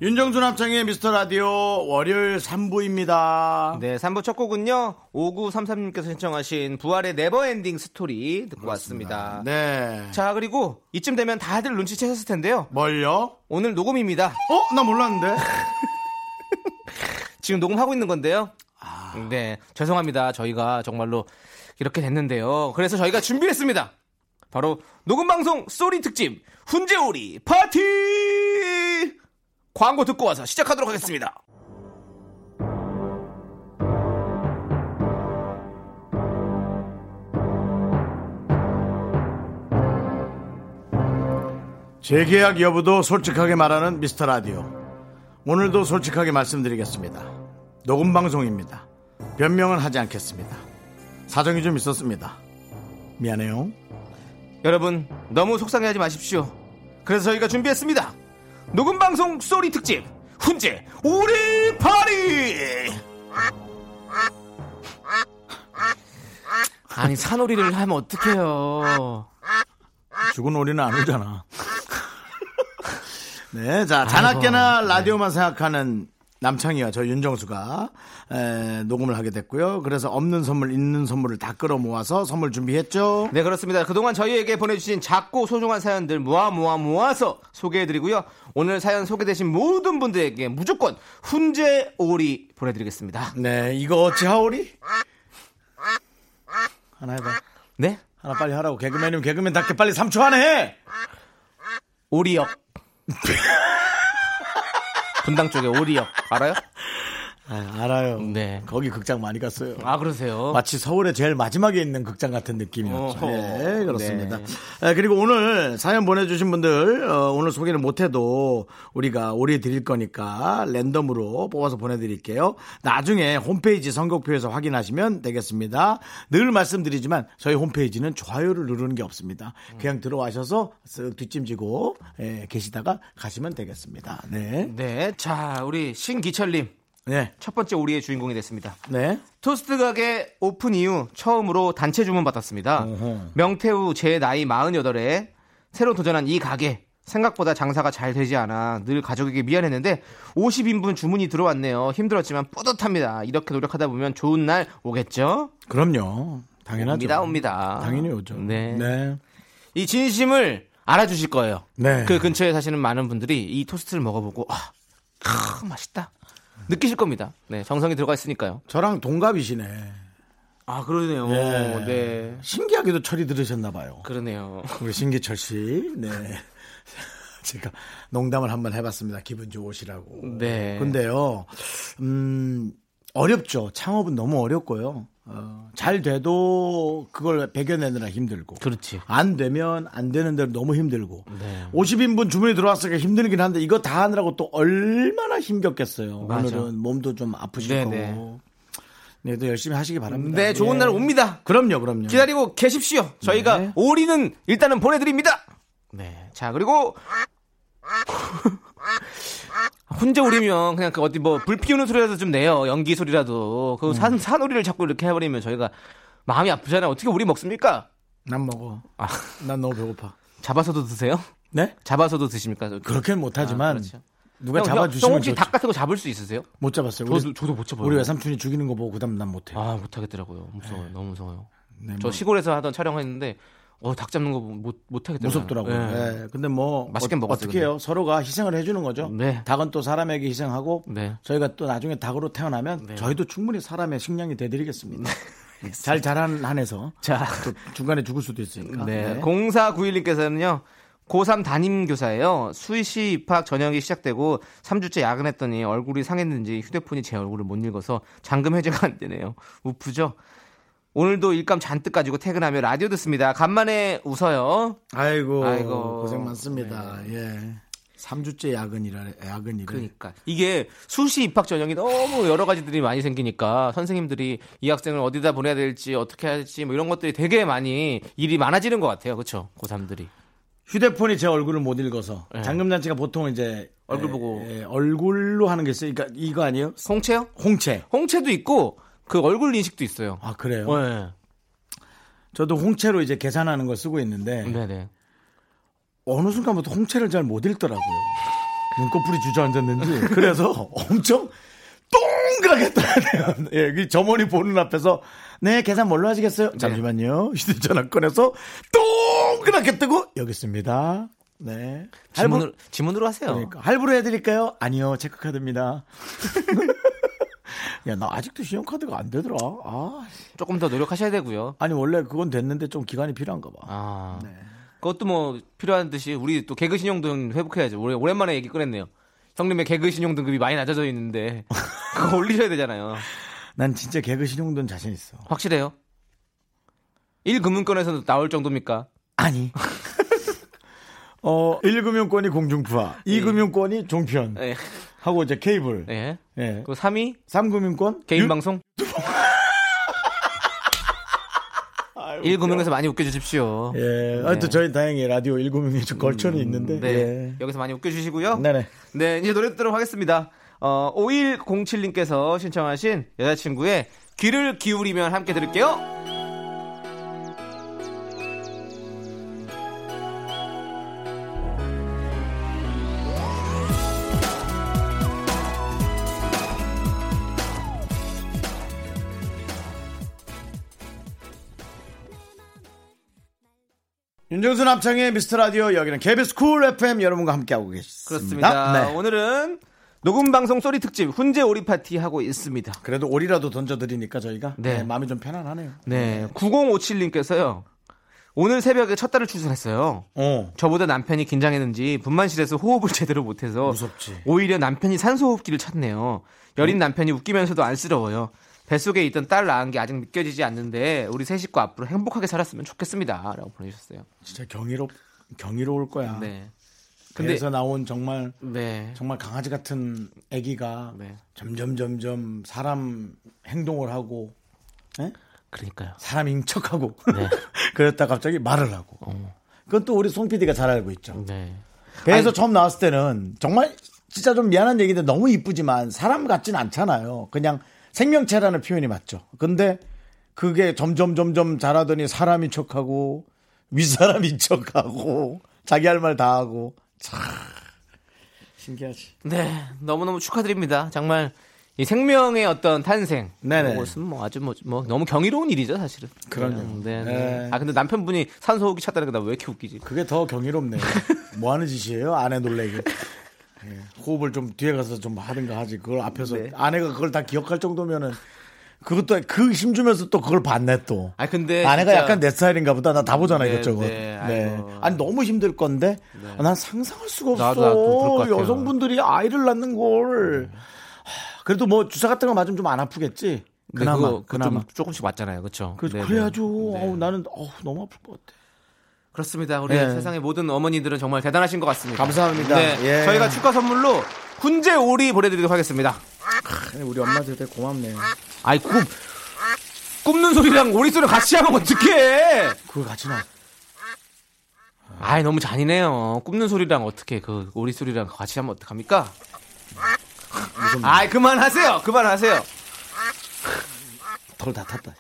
A: 윤정수 남창의 미스터 라디오 월요일 3부입니다.
B: 네, 3부 첫 곡은요. 5933님께서 신청하신 부활의 네버엔딩 스토리 듣고 왔습니다.
A: 네.
B: 자, 그리고 이쯤 되면 다들 눈치채셨을 텐데요.
A: 뭘요?
B: 오늘 녹음입니다.
A: 어? 나 몰랐는데.
B: 지금 녹음하고 있는 건데요. 네, 죄송합니다. 저희가 정말로 이렇게 됐는데요. 그래서 저희가 준비했습니다. 바로 녹음 방송 소리 특집 훈제오리 파티 광고 듣고 와서 시작하도록 하겠습니다.
A: 재계약 여부도 솔직하게 말하는 미스터 라디오. 오늘도 솔직하게 말씀드리겠습니다. 녹음 방송입니다. 변명은 하지 않겠습니다. 사정이 좀 있었습니다. 미안해요.
B: 여러분 너무 속상해하지 마십시오. 그래서 저희가 준비했습니다. 녹음 방송 소리 특집 훈제 오리 파리. 아니 산오리를 하면 어떡해요?
A: 죽은 오리는 안 오잖아. 네, 자, 자나깨나 라디오만 생각하는 남창희와 저 윤정수가 에, 녹음을 하게 됐고요. 그래서 없는 선물, 있는 선물을 다 끌어 모아서 선물 준비했죠.
B: 네 그렇습니다. 그동안 저희에게 보내주신 작고 소중한 사연들 모아 모아 모아서 소개해드리고요. 오늘 사연 소개되신 모든 분들에게 무조건 훈제 오리 보내드리겠습니다.
A: 네, 이거 어찌 하오리? 하나 해봐.
B: 네
A: 하나 빨리 하라고. 개그맨이면 개그맨답게 빨리 3초 안에 해!
B: 오리역 분당 쪽에 오리역 알아요?
A: 아, 알아요.
B: 네.
A: 거기 극장 많이 갔어요.
B: 아 그러세요?
A: 마치 서울의 제일 마지막에 있는 극장 같은 느낌이었죠.
B: 어허.
A: 네, 그렇습니다.
B: 네.
A: 아, 그리고 오늘 사연 보내주신 분들 어, 오늘 소개를 못해도 우리가 오리 드릴 거니까 랜덤으로 뽑아서 보내드릴게요. 나중에 홈페이지 선곡표에서 확인하시면 되겠습니다. 늘 말씀드리지만 저희 홈페이지는 좋아요를 누르는 게 없습니다. 그냥 들어와셔서 쓱 뒷짐지고 예, 계시다가 가시면 되겠습니다. 네,
B: 네, 자 우리 신기철님
A: 네,
B: 첫 번째 오리의 주인공이 됐습니다.
A: 네.
B: 토스트 가게 오픈 이후 처음으로 단체 주문 받았습니다.
A: 어허.
B: 명태우 제 나이 48에 새로 도전한 이 가게 생각보다 장사가 잘 되지 않아 늘 가족에게 미안했는데 50인분 주문이 들어왔네요. 힘들었지만 뿌듯합니다. 이렇게 노력하다 보면 좋은 날 오겠죠?
A: 그럼요. 당연하죠.
B: 옵니다, 옵니다.
A: 당연히 오죠.
B: 네.
A: 네.
B: 이 진심을 알아주실 거예요.
A: 네.
B: 그 근처에 사시는 많은 분들이 이 토스트를 먹어보고 아, 크, 맛있다. 느끼실 겁니다. 네, 정성이 들어가 있으니까요.
A: 저랑 동갑이시네.
B: 아, 그러네요.
A: 예.
B: 네.
A: 신기하게도 철이 들으셨나 봐요.
B: 그러네요.
A: 우리 신기철 씨. 네. 제가 농담을 한번 해봤습니다. 기분 좋으시라고.
B: 네.
A: 근데요, 음, 어렵죠. 창업은 너무 어렵고요. 어, 잘 돼도 그걸 배겨내느라 힘들고.
B: 그렇지.
A: 안 되면 안 되는 대로 너무 힘들고.
B: 네.
A: 50인분 주문이 들어왔으니까 힘들긴 한데 이거 다 하느라고 또 얼마나 힘겹겠어요.
B: 맞아.
A: 오늘은 몸도 좀 아프실
B: 네,
A: 거고. 네, 또 열심히 하시기 바랍니다.
B: 네, 좋은
A: 예.
B: 날 옵니다.
A: 그럼요, 그럼요.
B: 기다리고 계십시오. 저희가
A: 네.
B: 오리는 일단은 보내드립니다. 네. 자, 그리고 혼자 오리면 그냥 그 어디 뭐 불 피우는 소리라도 좀 내요. 연기 소리라도. 그 산, 산오리를 자꾸 이렇게 해버리면 저희가 마음이 아프잖아요. 어떻게 오리 먹습니까?
A: 난 먹어.
B: 아,
A: 난 너무 배고파.
B: 잡아서도 드세요?
A: 네?
B: 잡아서도 드십니까?
A: 그렇게는
B: 아,
A: 못하지만
B: 그렇죠.
A: 누가
B: 형, 형
A: 잡아주시면
B: 혹시
A: 좋죠.
B: 닭 같은 거 잡을 수 있으세요?
A: 못 잡았어요.
B: 저도,
A: 우리,
B: 저도 못 잡아요.
A: 우리 외삼촌이 죽이는 거 보고 그다음 난 못해.
B: 아, 못하겠더라고요. 무서워요. 너무 무서워요.
A: 네,
B: 저
A: 뭐
B: 시골에서 하던 촬영했는데 어 닭 잡는 거 못 못하겠더라고요.
A: 무섭더라고요.
B: 네.
A: 예, 근데 뭐
B: 맛있게 먹었어요,
A: 어떻게 해요? 서로가 희생을 해주는 거죠.
B: 네.
A: 닭은 또 사람에게 희생하고
B: 네.
A: 저희가 또 나중에 닭으로 태어나면
B: 네.
A: 저희도 충분히 사람의 식량이 돼드리겠습니다. 잘 네, 자란 한에서
B: 자,
A: 또 중간에 죽을 수도 있으니까.
B: 네. 0491님께서는요. 고3 담임교사예요. 수시 입학 전형이 시작되고 3주째 야근했더니 얼굴이 상했는지 휴대폰이 제 얼굴을 못 읽어서 잠금 해제가 안 되네요. 우프죠? 오늘도 일감 잔뜩 가지고 퇴근하며 라디오 듣습니다. 간만에 웃어요.
A: 아이고,
B: 아이고.
A: 고생 많습니다. 예. 3주째 야근이라 야근이래.
B: 그러니까 이게 수시 입학 전형이 너무 여러 가지들이 많이 생기니까 선생님들이 이 학생을 어디다 보내야 될지 어떻게 해야 될지 뭐 이런 것들이 되게 많이 일이 많아지는 것 같아요. 그렇죠? 고3들이.
A: 휴대폰이 제 얼굴을 못 읽어서
B: 예.
A: 장금잔치가 보통 이제
B: 얼굴
A: 예,
B: 보고.
A: 예, 얼굴로 하는 게 있어요. 그러니까 이거 아니에요?
B: 홍채요?
A: 홍채.
B: 홍채도 있고 그 얼굴 인식도 있어요.
A: 아 그래요?
B: 네.
A: 저도 홍채로 이제 계산하는 걸 쓰고 있는데
B: 네네.
A: 어느 순간부터 홍채를 잘 못 읽더라고요. 눈꺼풀이 주저앉았는지 그래서 엄청 동그랗게 떠야 돼요. 예, 그 점원이 보는 앞에서 네 계산 뭘로 하시겠어요? 잠시만요. 휴대전화 꺼내서 동그랗게 뜨고 여기 있습니다. 네.
B: 지문으로, 지문으로 하세요.
A: 그러니까 할부로 해드릴까요? 아니요, 체크카드입니다. 야, 나 아직도 신용카드가 안 되더라. 아,
B: 조금 더 노력하셔야 되고요.
A: 아니 원래 그건 됐는데 좀 기간이 필요한가 봐.
B: 아.
A: 네.
B: 그것도 뭐 필요한 듯이 우리 또 개그 신용도 형 회복해야죠. 오래- 오랜만에 얘기 꺼냈네요. 형님의 개그 신용 등급이 많이 낮아져 있는데 그거 올리셔야 되잖아요.
A: 난 진짜 개그 신용돈 자신 있어.
B: 확실해요? 1금융권에서도 나올 정도입니까?
A: 아니. 어, 1금융권이 공중파, 2금융권이 종편,
B: 예.
A: 하고 이제 케이블,
B: 예.
A: 예.
B: 그 3위
A: 3금융권
B: 개인 방송? 1금융에서 많이 웃겨 주십시오.
A: 예. 아, 또 저희 다행히 라디오 1금융이 좀 걸쳐는 있는데.
B: 네.
A: 예.
B: 여기서 많이 웃겨 주시고요.
A: 네네.
B: 네, 이제 노래 듣도록 하겠습니다. 어, 5107님께서 신청하신 여자친구의 귀를 기울이면 함께 들을게요.
A: 윤정수 남창의 미스터 라디오 여기는 KBS 쿨 FM 여러분과 함께하고 계십니다.
B: 그렇습니다.
A: 네.
B: 오늘은 녹음 방송 소리 특집 훈제 오리 파티 하고 있습니다.
A: 그래도 올이라도 던져드리니까 저희가
B: 네.
A: 네, 마음이 좀 편안하네요.
B: 네, 9057님께서요. 오늘 새벽에 첫 딸을 출산했어요.
A: 어.
B: 저보다 남편이 긴장했는지 분만실에서 호흡을 제대로 못해서
A: 무섭지.
B: 오히려 남편이 산소호흡기를 찾네요. 여린 남편이 웃기면서도 안쓰러워요. 뱃속에 있던 딸 낳은 게 아직 믿겨지지 않는데 우리 세 식구 앞으로 행복하게 살았으면 좋겠습니다. 라고 보내주셨어요.
A: 진짜 경이롭 경이로울 거야.
B: 네. 근데
A: 그래서 나온 정말
B: 네.
A: 정말 강아지 같은 아기가
B: 네.
A: 점점 점점 사람 행동을 하고 예?
B: 그러니까요.
A: 사람인 척하고
B: 네.
A: 그랬다 갑자기 말을 하고
B: 어.
A: 그건 또 우리 송 PD가 잘 알고 있죠.
B: 네.
A: 배에서 처음 나왔을 때는 정말 진짜 좀 미안한 얘기인데 너무 이쁘지만 사람 같진 않잖아요. 그냥 생명체라는 표현이 맞죠. 근데 그게 점점 점점 자라더니 사람인 척하고 윗사람인 척하고 자기 할 말 다 하고 참 신기하지.
B: 네. 너무너무 축하드립니다. 정말 이 생명의 어떤 탄생.
A: 네네.
B: 그것은 뭐 아주 뭐, 뭐 너무 경이로운 일이죠, 사실은.
A: 그럼요. 네.
B: 네, 네. 아, 근데 남편분이 산소호흡기 찾다는 게 나 왜 이렇게 웃기지?
A: 그게 더 경이롭네요. 뭐 하는 짓이에요? 아내 놀래기. 예, 호흡을 좀 뒤에 가서 좀 하든가 하지. 그걸 앞에서 아내가 그걸 다 기억할 정도면은 그것도 그 힘주면서 또 그걸 봤네 또.
B: 아, 근데
A: 아내가
B: 진짜-
A: 약간 내 스타일인가 보다. 나 다 보잖아
B: 네,
A: 이것저것.
B: 네,
A: 네.
B: 아이고. 네.
A: 아니 너무 힘들 건데 아, 난 상상할 수가 없어.
B: 나도, 나도 그럴 것 같아요.
A: 여성분들이 아이를 낳는 걸. 하, 그래도 뭐 주사 같은 거 맞으면 좀 안 아프겠지.
B: 네,
A: 그나마
B: 그거, 그거
A: 그나마.
B: 좀 네. 조금씩 맞잖아요, 그렇죠?
A: 그, 래야죠 어우, 나는 어우, 너무 아플 것 같아.
B: 그렇습니다. 우리
A: 네.
B: 세상의 모든 어머니들은 정말 대단하신 것 같습니다.
A: 감사합니다.
B: 네,
A: 예.
B: 저희가 축하 선물로 훈제 오리 보내드리도록 하겠습니다.
A: 아니, 우리 엄마들 되게 고맙네요.
B: 아이 꿈 굽는 소리랑 오리 소리 같이 하면 어떡해?
A: 그거 같이 나.
B: 아이 너무 잔인해요. 굽는 소리랑 어떻게 그 오리 소리랑 같이 하면 어떡합니까? 아이 그만하세요. 그만하세요.
A: 돌 다 탔다.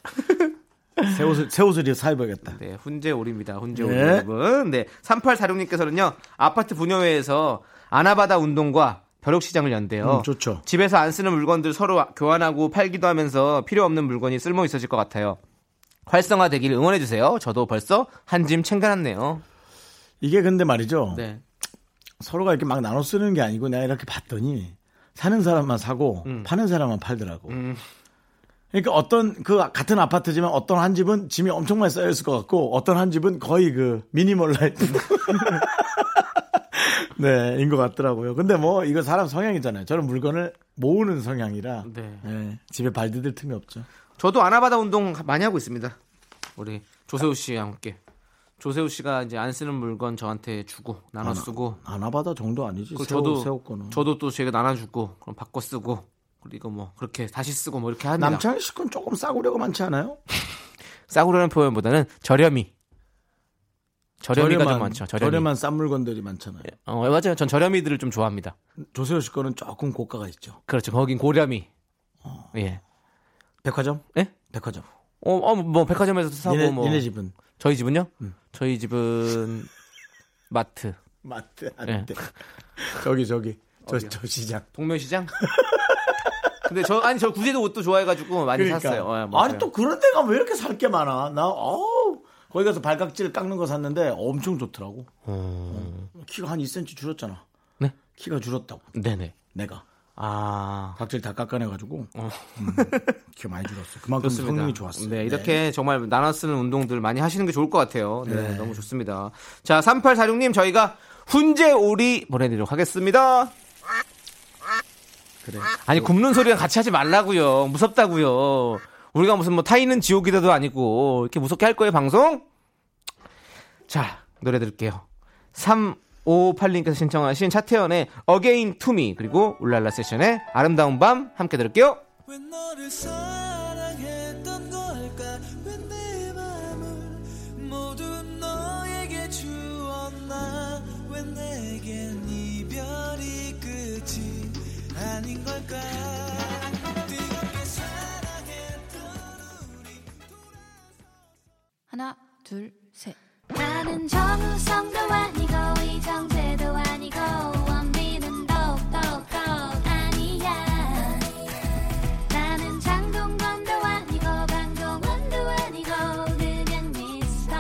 A: 새 옷을 새 옷을 사 입어야겠다.
B: 네, 훈제 오리입니다. 훈제 오리
A: 네.
B: 여러분. 네, 3846님께서는요. 아파트 분여회에서 아나바다 운동과 벼룩시장을 연대요.
A: 음, 좋죠.
B: 집에서 안 쓰는 물건들 서로 교환하고 팔기도 하면서 필요 없는 물건이 쓸모 있어질 것 같아요. 활성화 되길 응원해 주세요. 저도 벌써 한 짐 챙겨놨네요.
A: 이게 근데 말이죠.
B: 네,
A: 서로가 이렇게 막 나눠 쓰는 게 아니고 내가 이렇게 봤더니 사는 사람만 사고
B: 음.
A: 파는 사람만 팔더라고. 그러니까 어떤 그 같은 아파트지만 어떤 한 집은 짐이 엄청 많이 쌓여 있을 것 같고 어떤 한 집은 거의 그 미니멀라이트. 네, 인 것 같더라고요. 근데 뭐 이거 사람 성향이잖아요. 저는 물건을 모으는 성향이라
B: 네.
A: 예, 집에 발디딜 틈이 없죠.
B: 저도 아나바다 운동 많이 하고 있습니다. 우리 조세호 씨와 함께 조세호 씨가 이제 안 쓰는 물건 저한테 주고 나눠 쓰고
A: 아나바다 정도 아니지.
B: 그리고
A: 세우
B: 저도
A: 세우 거는.
B: 저도 또 제가 나눠주고 그럼 바꿔 쓰고 그리고 뭐 그렇게 다시 쓰고 뭐 이렇게 합니다.
A: 남창희 씨 건 조금 싸구려가 많지 않아요?
B: 싸구려는 표현보다는 저렴이 저렴이가
A: 저렴한-
B: 좀 많죠. 저렴이.
A: 저렴한 싼 물건들이 많잖아요.
B: 어, 맞아요. 전 저렴이들을 좀 좋아합니다.
A: 조세호 씨 거는 조금 고가가 있죠.
B: 그렇죠. 거긴 고렴이.
A: 어.
B: 예.
A: 백화점?
B: 예?
A: 백화점.
B: 어, 어, 뭐 백화점에서 사고
A: 니네,
B: 뭐
A: 니네 집은 음.
B: 저희 집은요? 저희 집은 마트.
A: 마트
B: 예.
A: 안돼. 저기 저기 저, 저 시장.
B: 동묘시장? 근데 저 아니 저 구제도 옷도 좋아해가지고 많이 샀어요. 예, 맞아요.
A: 그러니까. 아니 또 그런 데가 왜 이렇게 살 게 많아? 나 어우 거기 가서 발각질 깎는 거 샀는데 엄청 좋더라고. 어, 키가 한 2cm 줄었잖아.
B: 네?
A: 키가 줄었다고
B: 네네.
A: 내가
B: 아
A: 각질 다 깎아내가지고 음, 키가 많이 줄었어. 그만큼
B: 어. 좋습니다.
A: 성능이 좋았어.
B: 네, 이렇게 정말 나눠 쓰는 운동들 많이 하시는 게 좋을 것 같아요. 네, 너무 좋습니다. 자, 3846님 저희가 훈제오리 보내드리도록 하겠습니다.
A: 그래.
B: 아니 굽는 소리랑 같이 하지 말라고요. 무섭다고요. 우리가 무슨 뭐 타이는 지옥이다도 아니고 이렇게 무섭게 할 거예요 방송? 자 노래 들을게요. 358님께서 신청하신 차태현의 Again to Me 그리고 울랄라 세션의 아름다운 밤 함께 들을게요.
F: 왜 너를 사랑했던 걸까 왜 내 마음을 모두 너에게 주었나 왜 내겐 이별이 끝이 아닌 걸까 뜨겁게 사랑했던 우리
C: 하나, 둘, 셋. 나는 정우성도 아니고 이정재도 아니고 원빈은 더욱더 아니야. 나는 장동건도 아니고 강동원도 아니고 그냥 미스터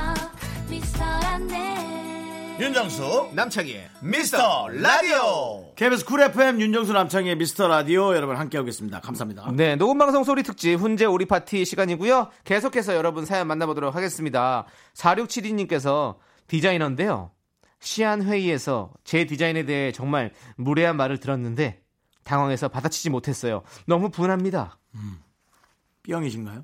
C: 미스터란데.
H: 윤정수
B: 남창희
H: 미스터 라디오
A: KBS 쿨 FM 윤정수 남창의 미스터 라디오 여러분 함께하고 있습니다. 감사합니다.
B: 네, 녹음방송 소리 특집 훈제 오리 파티 시간이고요. 계속해서 여러분 사연 만나보도록 하겠습니다. 4672님께서 디자이너인데요. 시안회의에서 제 디자인에 대해 정말 무례한 말을 들었는데 당황해서 받아치지 못했어요. 너무 분합니다.
A: B형이신가요?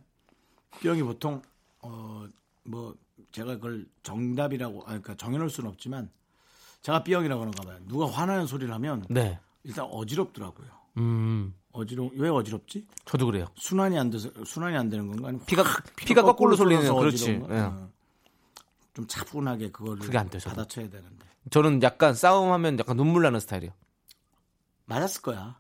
A: B형이 보통 어 뭐 제가 그걸 정답이라고 아니 그러니까 정해놓을 수는 없지만 제가 B형이라고 하는가 봐요. 누가 화나는 소리를 하면
B: 네.
A: 일단 어지럽더라고요.
B: 음,
A: 어지러 왜 어지럽지?
B: 저도 그래요.
A: 순환이 안 돼서 순환이 안 되는 건가? 아니면
B: 피가,
A: 확
B: 피가 거꾸로 쏠리는,
A: 쏠려서
B: 그렇지. 예.
A: 어지러운 건가? 어. 좀 차분하게 그거를
B: 그게 안 돼요, 저도.
A: 받아쳐야 되는데
B: 저는 약간 싸움하면 약간 눈물 나는 스타일이요.
A: 맞았을 거야.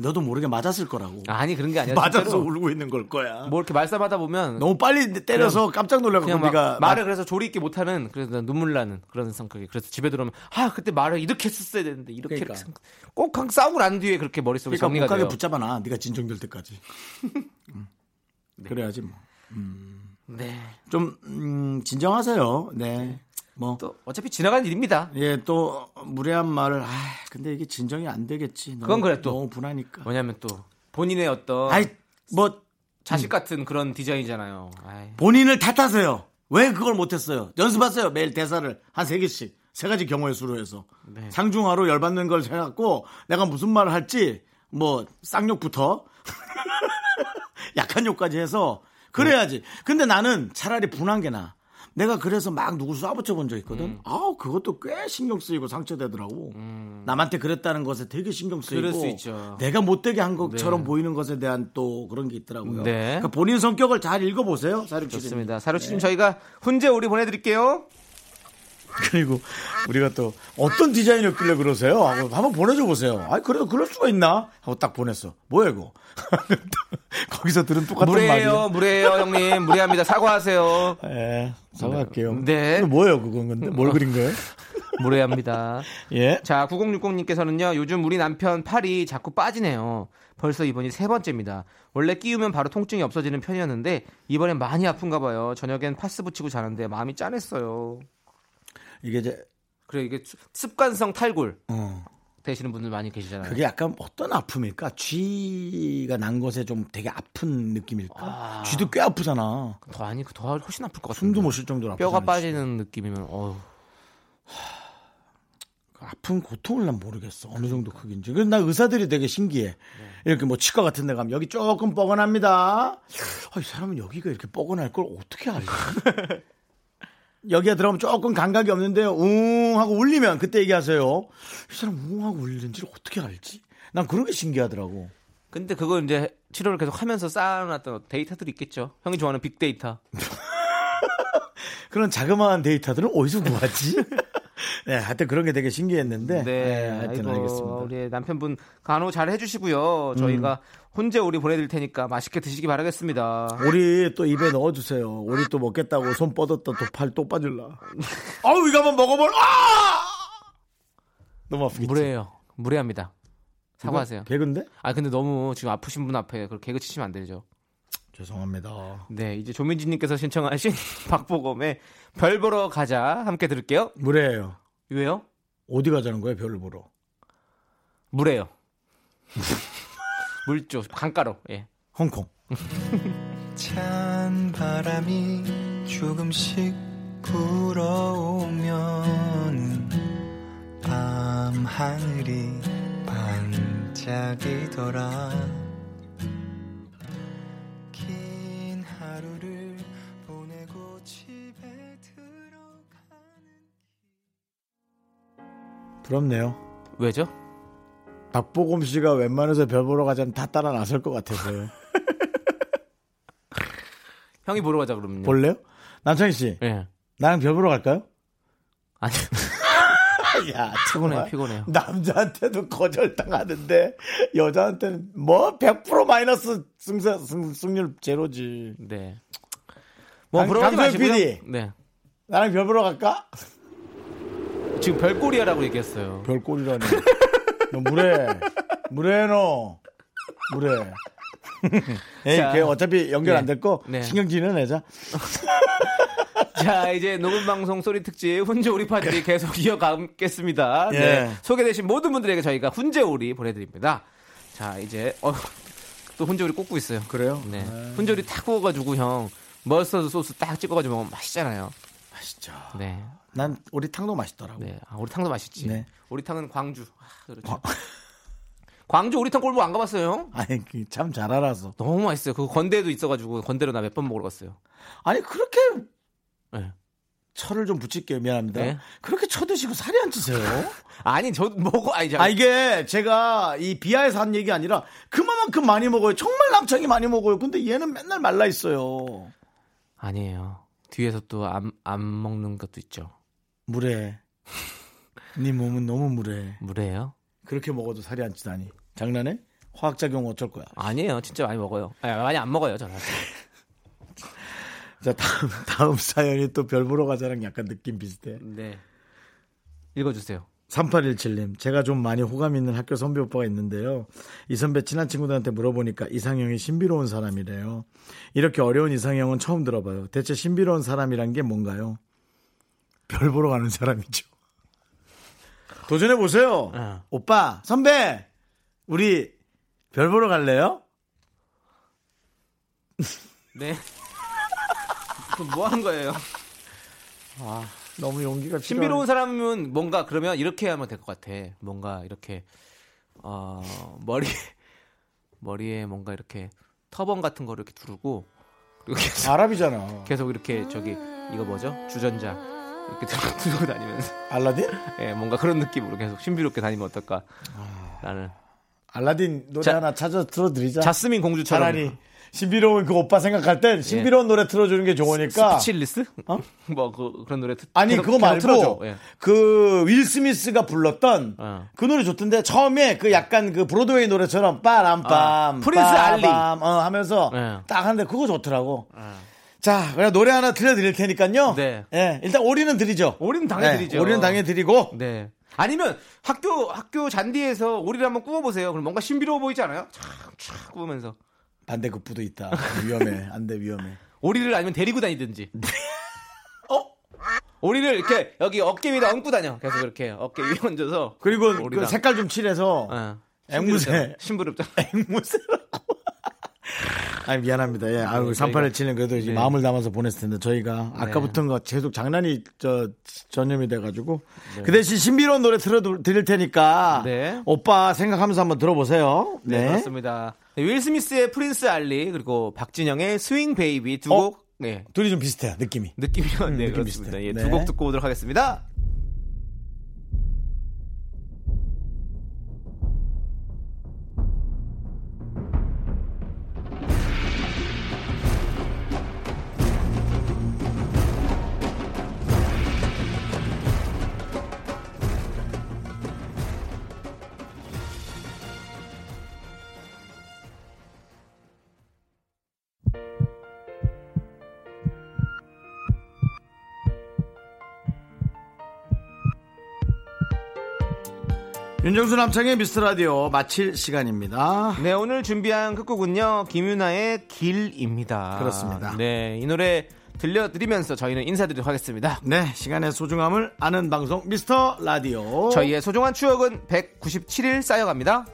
A: 너도 모르게 맞았을 거라고.
B: 아니, 그런 게 아니라
A: 맞아서
B: 진짜로
A: 울고 있는 걸 거야.
B: 뭐 이렇게 말싸움하다 보면
A: 너무 빨리 때려서 깜짝 놀라고
B: 그냥 막
A: 네가
B: 말을 그래서 조리 있게 못하는 그래서 난 눈물 나는 그런 성격이 그래서 집에 들어오면 아 그때 말을 이렇게 했었어야 되는데 이렇게
A: 그러니까.
B: 이렇게 생각- 꼭 한- 싸우고 난 뒤에 그렇게 머릿속에
A: 그러니까
B: 정리가
A: 못하게
B: 돼요
A: 붙잡아놔. 네가 진정될 때까지. 음.
B: 네.
A: 그래야지 뭐. 좀 음, 진정하세요. 네. 뭐
B: 네 또 어차피 지나간 일입니다
A: 예, 또 무례한 말을 아, 근데 이게 진정이 안 되겠지. 너무-
B: 그건 그래, 또.
A: 너무 분하니까.
B: 뭐냐면 또 본인의 어떤
A: 아이, 뭐
B: 자식 같은 그런 디자인이잖아요 아이,
A: 본인을 탓하세요. 왜 그걸 못 했어요? 연습하세요. 매일 대사를 한 세 개씩. 세 가지 경우의 수로 해서
B: 네.
A: 상중하로 열받는 걸해갖고 내가 무슨 말을 할지 뭐 쌍욕부터 약한 욕까지 해서 그래야지. 근데 나는 차라리 분한 게 나. 내가 그래서 막 누구 쏴붙여 본 적 있거든.
B: 음.
A: 아우 그것도 꽤 신경 쓰이고 상처되더라고. 남한테 그랬다는 것에 되게 신경 쓰이고.
B: 음. 그럴 수 있죠.
A: 내가 못되게 한 것처럼 보이는 것에 대한 또 그런 게 있더라고요.
B: 네.
A: 그러니까 본인 성격을 잘 읽어보세요. 사륙치님.
B: 좋습니다 사료치님 저희가 훈제 오리 보내드릴게요
A: 그리고 우리가 또 어떤 디자인이었길래 그러세요? 하고 한번 보내줘 보세요. 아, 그래도 그럴 수가 있나? 하고 딱 보냈어. 뭐야 이거? 거기서 들은 똑같은 말이에요.
B: 무례해요 무례해요 형님 무례합니다 사과하세요
A: 예, 사과할게요.
B: 네. 어.
A: 근데 뭐예요 그건 근데? 뭘 그린 거예요?
B: 무례합니다
A: 예.
B: 자, 9060님께서는요, 요즘 우리 남편 팔이 자꾸 빠지네요. 벌써 이번이 세 번째입니다. 원래 끼우면 바로 통증이 없어지는 편이었는데, 이번엔 많이 아픈가 봐요. 저녁엔 파스 붙이고 자는데 마음이 짠했어요.
A: 이게 이제
B: 그래, 이게 습- 습관성 탈골
A: 어,
B: 되시는 분들 많이 계시잖아요.
A: 그게 약간 어떤 아픔일까? 쥐가 난 것에 좀 되게 아픈 느낌일까? 쥐도 꽤 아프잖아.
B: 더 아니, 더 훨씬 아플 것 같아요.
A: 숨도 못 쉴 정도로 아프잖아.
B: 뼈가 빠지는 느낌이면, 어우.
A: 그 아픈 고통을 난 모르겠어. 어느 정도
B: 그러니까.
A: 크기인지. 그래서 나 의사들이 되게
B: 네.
A: 신기해. 이렇게 뭐 치과 같은 데 가면 여기 조금 뻐근합니다. 아, 이 사람은 여기가 이렇게 뻐근할 걸 어떻게 알지? 여기에 들어가면 조금 감각이 없는데요. 웅 하고 울리면 그때 얘기하세요. 이 사람 웅 하고 울리는지를 어떻게 알지? 난 그런 게 신기하더라고.
B: 근데 그걸 이제 치료를 계속 하면서 쌓아놨던 데이터들이 있겠죠. 형이 좋아하는 빅데이터.
A: 그런 자그마한 데이터들은 어디서 구하지? 네, 하여튼 그런 게 되게 신기했는데. 네, 하여튼
B: 아이고,
A: 알겠습니다.
B: 우리 남편분 간호 잘 해주시고요. 저희가 혼자 오리 보내드릴 테니까 맛있게 드시기 바라겠습니다.
A: 오리 또 입에 넣어주세요. 오리 또 먹겠다고 손 뻗었다 또 팔 또 빠질라. 어우, 이거 한번 먹어볼, 아! 너무 아프겠지?
B: 무례해요. 무례합니다. 사과하세요.
A: 이거 개근데?
B: 아 근데 너무 지금 아프신 분 앞에 그렇게 개그 치시면 안 되죠.
A: 죄송합니다.
B: 네, 이제 조민지님께서 신청하신 박보검의 별 보러 가자 함께 들을게요.
A: 무례해요.
B: 왜요?
A: 어디 가자는 거예요, 별을 보러?
B: 물에요. 물조 강가로. 예.
A: 홍콩.
G: 찬 바람이 조금씩 불어오면 밤 하늘이 반짝이더라 긴 하루를 보내고 집에 들어가는
A: 부럽네요.
B: 왜죠?
A: 박보검 씨가 웬만해서 별 보러 가자면 다 따라 나설 것 같아서요.
B: 네. 형이 보러 가자 그러면요.
A: 볼래요? 남창희 씨,
B: 예.
A: 나랑 별 보러 갈까요?
B: 아니
A: 야,
B: 피곤해요,
A: 정말.
B: 피곤해요.
A: 남자한테도 거절당하는데 여자한테는 뭐 100% 마이너스 승사, 승, 승률 제로지.
B: 네. 뭐
A: 강-
B: 물어보지
A: 강소영
B: 마시고요.
A: PD.
B: 네.
A: 나랑 별 보러 갈까?
B: 지금 별꼬리야라고 얘기했어요.
A: 별꼴이라니. 너 무례. 무례해, 너. 무례. 에이,
B: 자.
A: 걔 어차피 연결
B: 네.
A: 안 될 거
B: 네.
A: 신경질은 내자.
B: 자, 이제 녹음 방송 소리 특집 훈제 오리 파티 계속 이어가겠습니다.
A: 예.
B: 네. 소개되신 모든 분들에게 저희가 훈제 오리 보내드립니다. 자, 이제 어, 또 훈제 오리 꽂고 있어요.
A: 그래요? 아.
B: 네. 훈제 오리 탁 구워가지고 형 머스터드 소스 딱 찍어가지고 먹으면 맛있잖아요.
A: 맛있죠.
B: 네.
A: 난 우리 탕도 맛있더라고.
B: 네. 아, 오리탕도 맛있지.
A: 네. 어.
B: 오리탕은 광주. 아, 그렇죠. 광주 오리탕 꼴보 안 가봤어요, 형?
A: 아니, 그참잘 알아서.
B: 너무 맛있어요. 그 건대도 있어가지고 건대로 나 몇 번 먹으러 갔어요.
A: 아니, 그렇게
B: 네.
A: 철을 좀 붙일게요. 미안합니다.
B: 네.
A: 그렇게 쳐드시고 살이 안 찌세요?
B: 아니 저 먹어 아니 저
A: 아, 이게 제가 이 비하에서 한 얘기 아니라 그만큼 많이 먹어요. 정말 남창이 많이 먹어요. 근데 얘는 맨날 말라 있어요.
B: 아니에요. 뒤에서 또 안 안 먹는 것도 있죠.
A: 무례. 네 몸은 너무 무례.
B: 물에요?
A: 그렇게 먹어도 살이 안 찌다니. 장난해? 화학작용 어쩔 거야.
B: 아니에요. 진짜 많이 먹어요. 아니, 많이 안 먹어요, 저는.
A: 자, 다음, 다음 사연이 또 별 보러 가자랑 약간 느낌 비슷해.
B: 네. 읽어 주세요.
A: 3817님, 제가 좀 많이 호감 있는 학교 선배 오빠가 있는데요. 이 선배 친한 친구들한테 물어보니까 이상형이 신비로운 사람이래요. 이렇게 어려운 이상형은 처음 들어봐요. 대체 신비로운 사람이란 게 뭔가요? 별 보러 가는 사람이죠. 도전해 보세요.
B: 어.
A: 오빠, 선배, 우리 별 보러 갈래요?
B: 네. 그럼 뭐 하는 거예요?
A: 너무 용기가
B: 신비로운 사람은 뭔가 그러면 이렇게 하면 될 것 같아. 뭔가 이렇게 어, 머리 머리에 뭔가 이렇게 터번 같은 거를 이렇게 두르고 그리고 계속
A: 아랍이잖아.
B: 계속 이렇게 저기 이거 뭐죠 주전자 이렇게 들고, 들고 다니면서
A: 알라딘?
B: 예, 뭔가 그런 느낌으로 계속 신비롭게 다니면 어떨까 나는
A: 알라딘 노래
B: 자-
A: 하나 찾아 들어드리자.
B: 자스민 공주처럼
A: 차라리 신비로운 그 오빠 생각할 땐 신비로운 노래 틀어주는 게 좋으니까.
B: 스피칠리스 뭐 그, 런 노래 듣,
A: 아니
B: 계속-
A: 그거
B: 계속
A: 말고
B: 틀어줘. 예.
A: 그 윌 스미스가 불렀던
B: 어.
A: 그 노래 좋던데 처음에 그 약간 그 브로드웨이 노래처럼 빠람빰
B: 아, 프린스 알리.
A: 빠밤, 어, 하면서
B: 예. 아.
A: 딱 하는데 그거 좋더라고. 자, 그래 노래 하나 들려드릴 테니까요.
B: 네.
A: 예, 일단 오리는 드리죠.
B: 올인 당해드리죠
A: 네, 오리는 당해드리고
B: 네 아니면 학교 학교 잔디에서 오리를 한번 꾸며보세요 그럼 뭔가 신비로워 보이지 않아요? 촥촥 꾸면서
A: 반대급부도 있다. 위험해. 안 돼 위험해.
B: 오리를 아니면 데리고 다니든지 어? 오리를 이렇게 여기 어깨 위에다 얹고 다녀 계속 이렇게 어깨 위에 얹어서
A: 그리고 그
B: 오리랑.
A: 색깔 좀 칠해서
B: 예.
A: 앵무새.
B: 신부럽죠.
A: 앵무새라고. 아 미안합니다. 예. 아유,
B: 네,
A: 3887는 그래도 이제
B: 네.
A: 마음을 담아서 보냈을 텐데 저희가 아까부터는 계속 장난이 저 전염이 돼가지고 그 대신 신비로운 노래 틀어 드릴 테니까
B: 네.
A: 오빠 생각하면서 한번 들어보세요.
B: 네,
A: 네.
B: 그렇습니다. 네, 윌 스미스의 프린스 알리 그리고 박진영의 스윙 베이비
A: 어?
B: 두 곡 네.
A: 둘이 좀 비슷해요 느낌이.
B: 느낌이 요 네,
A: 느낌
B: 그렇습니다.
A: 비슷해.
B: 예,
A: 네.
B: 두 곡 듣고 오도록 하겠습니다.
A: 윤정수 남창의 미스터 라디오 마칠 시간입니다.
B: 네, 오늘 준비한 끝곡은요. 김윤아의 길입니다.
A: 그렇습니다.
B: 네, 이 노래 들려드리면서 저희는 인사드리도록 하겠습니다.
A: 네, 시간의 소중함을 아는 방송 미스터 라디오.
B: 저희의 소중한 추억은 197일 쌓여갑니다.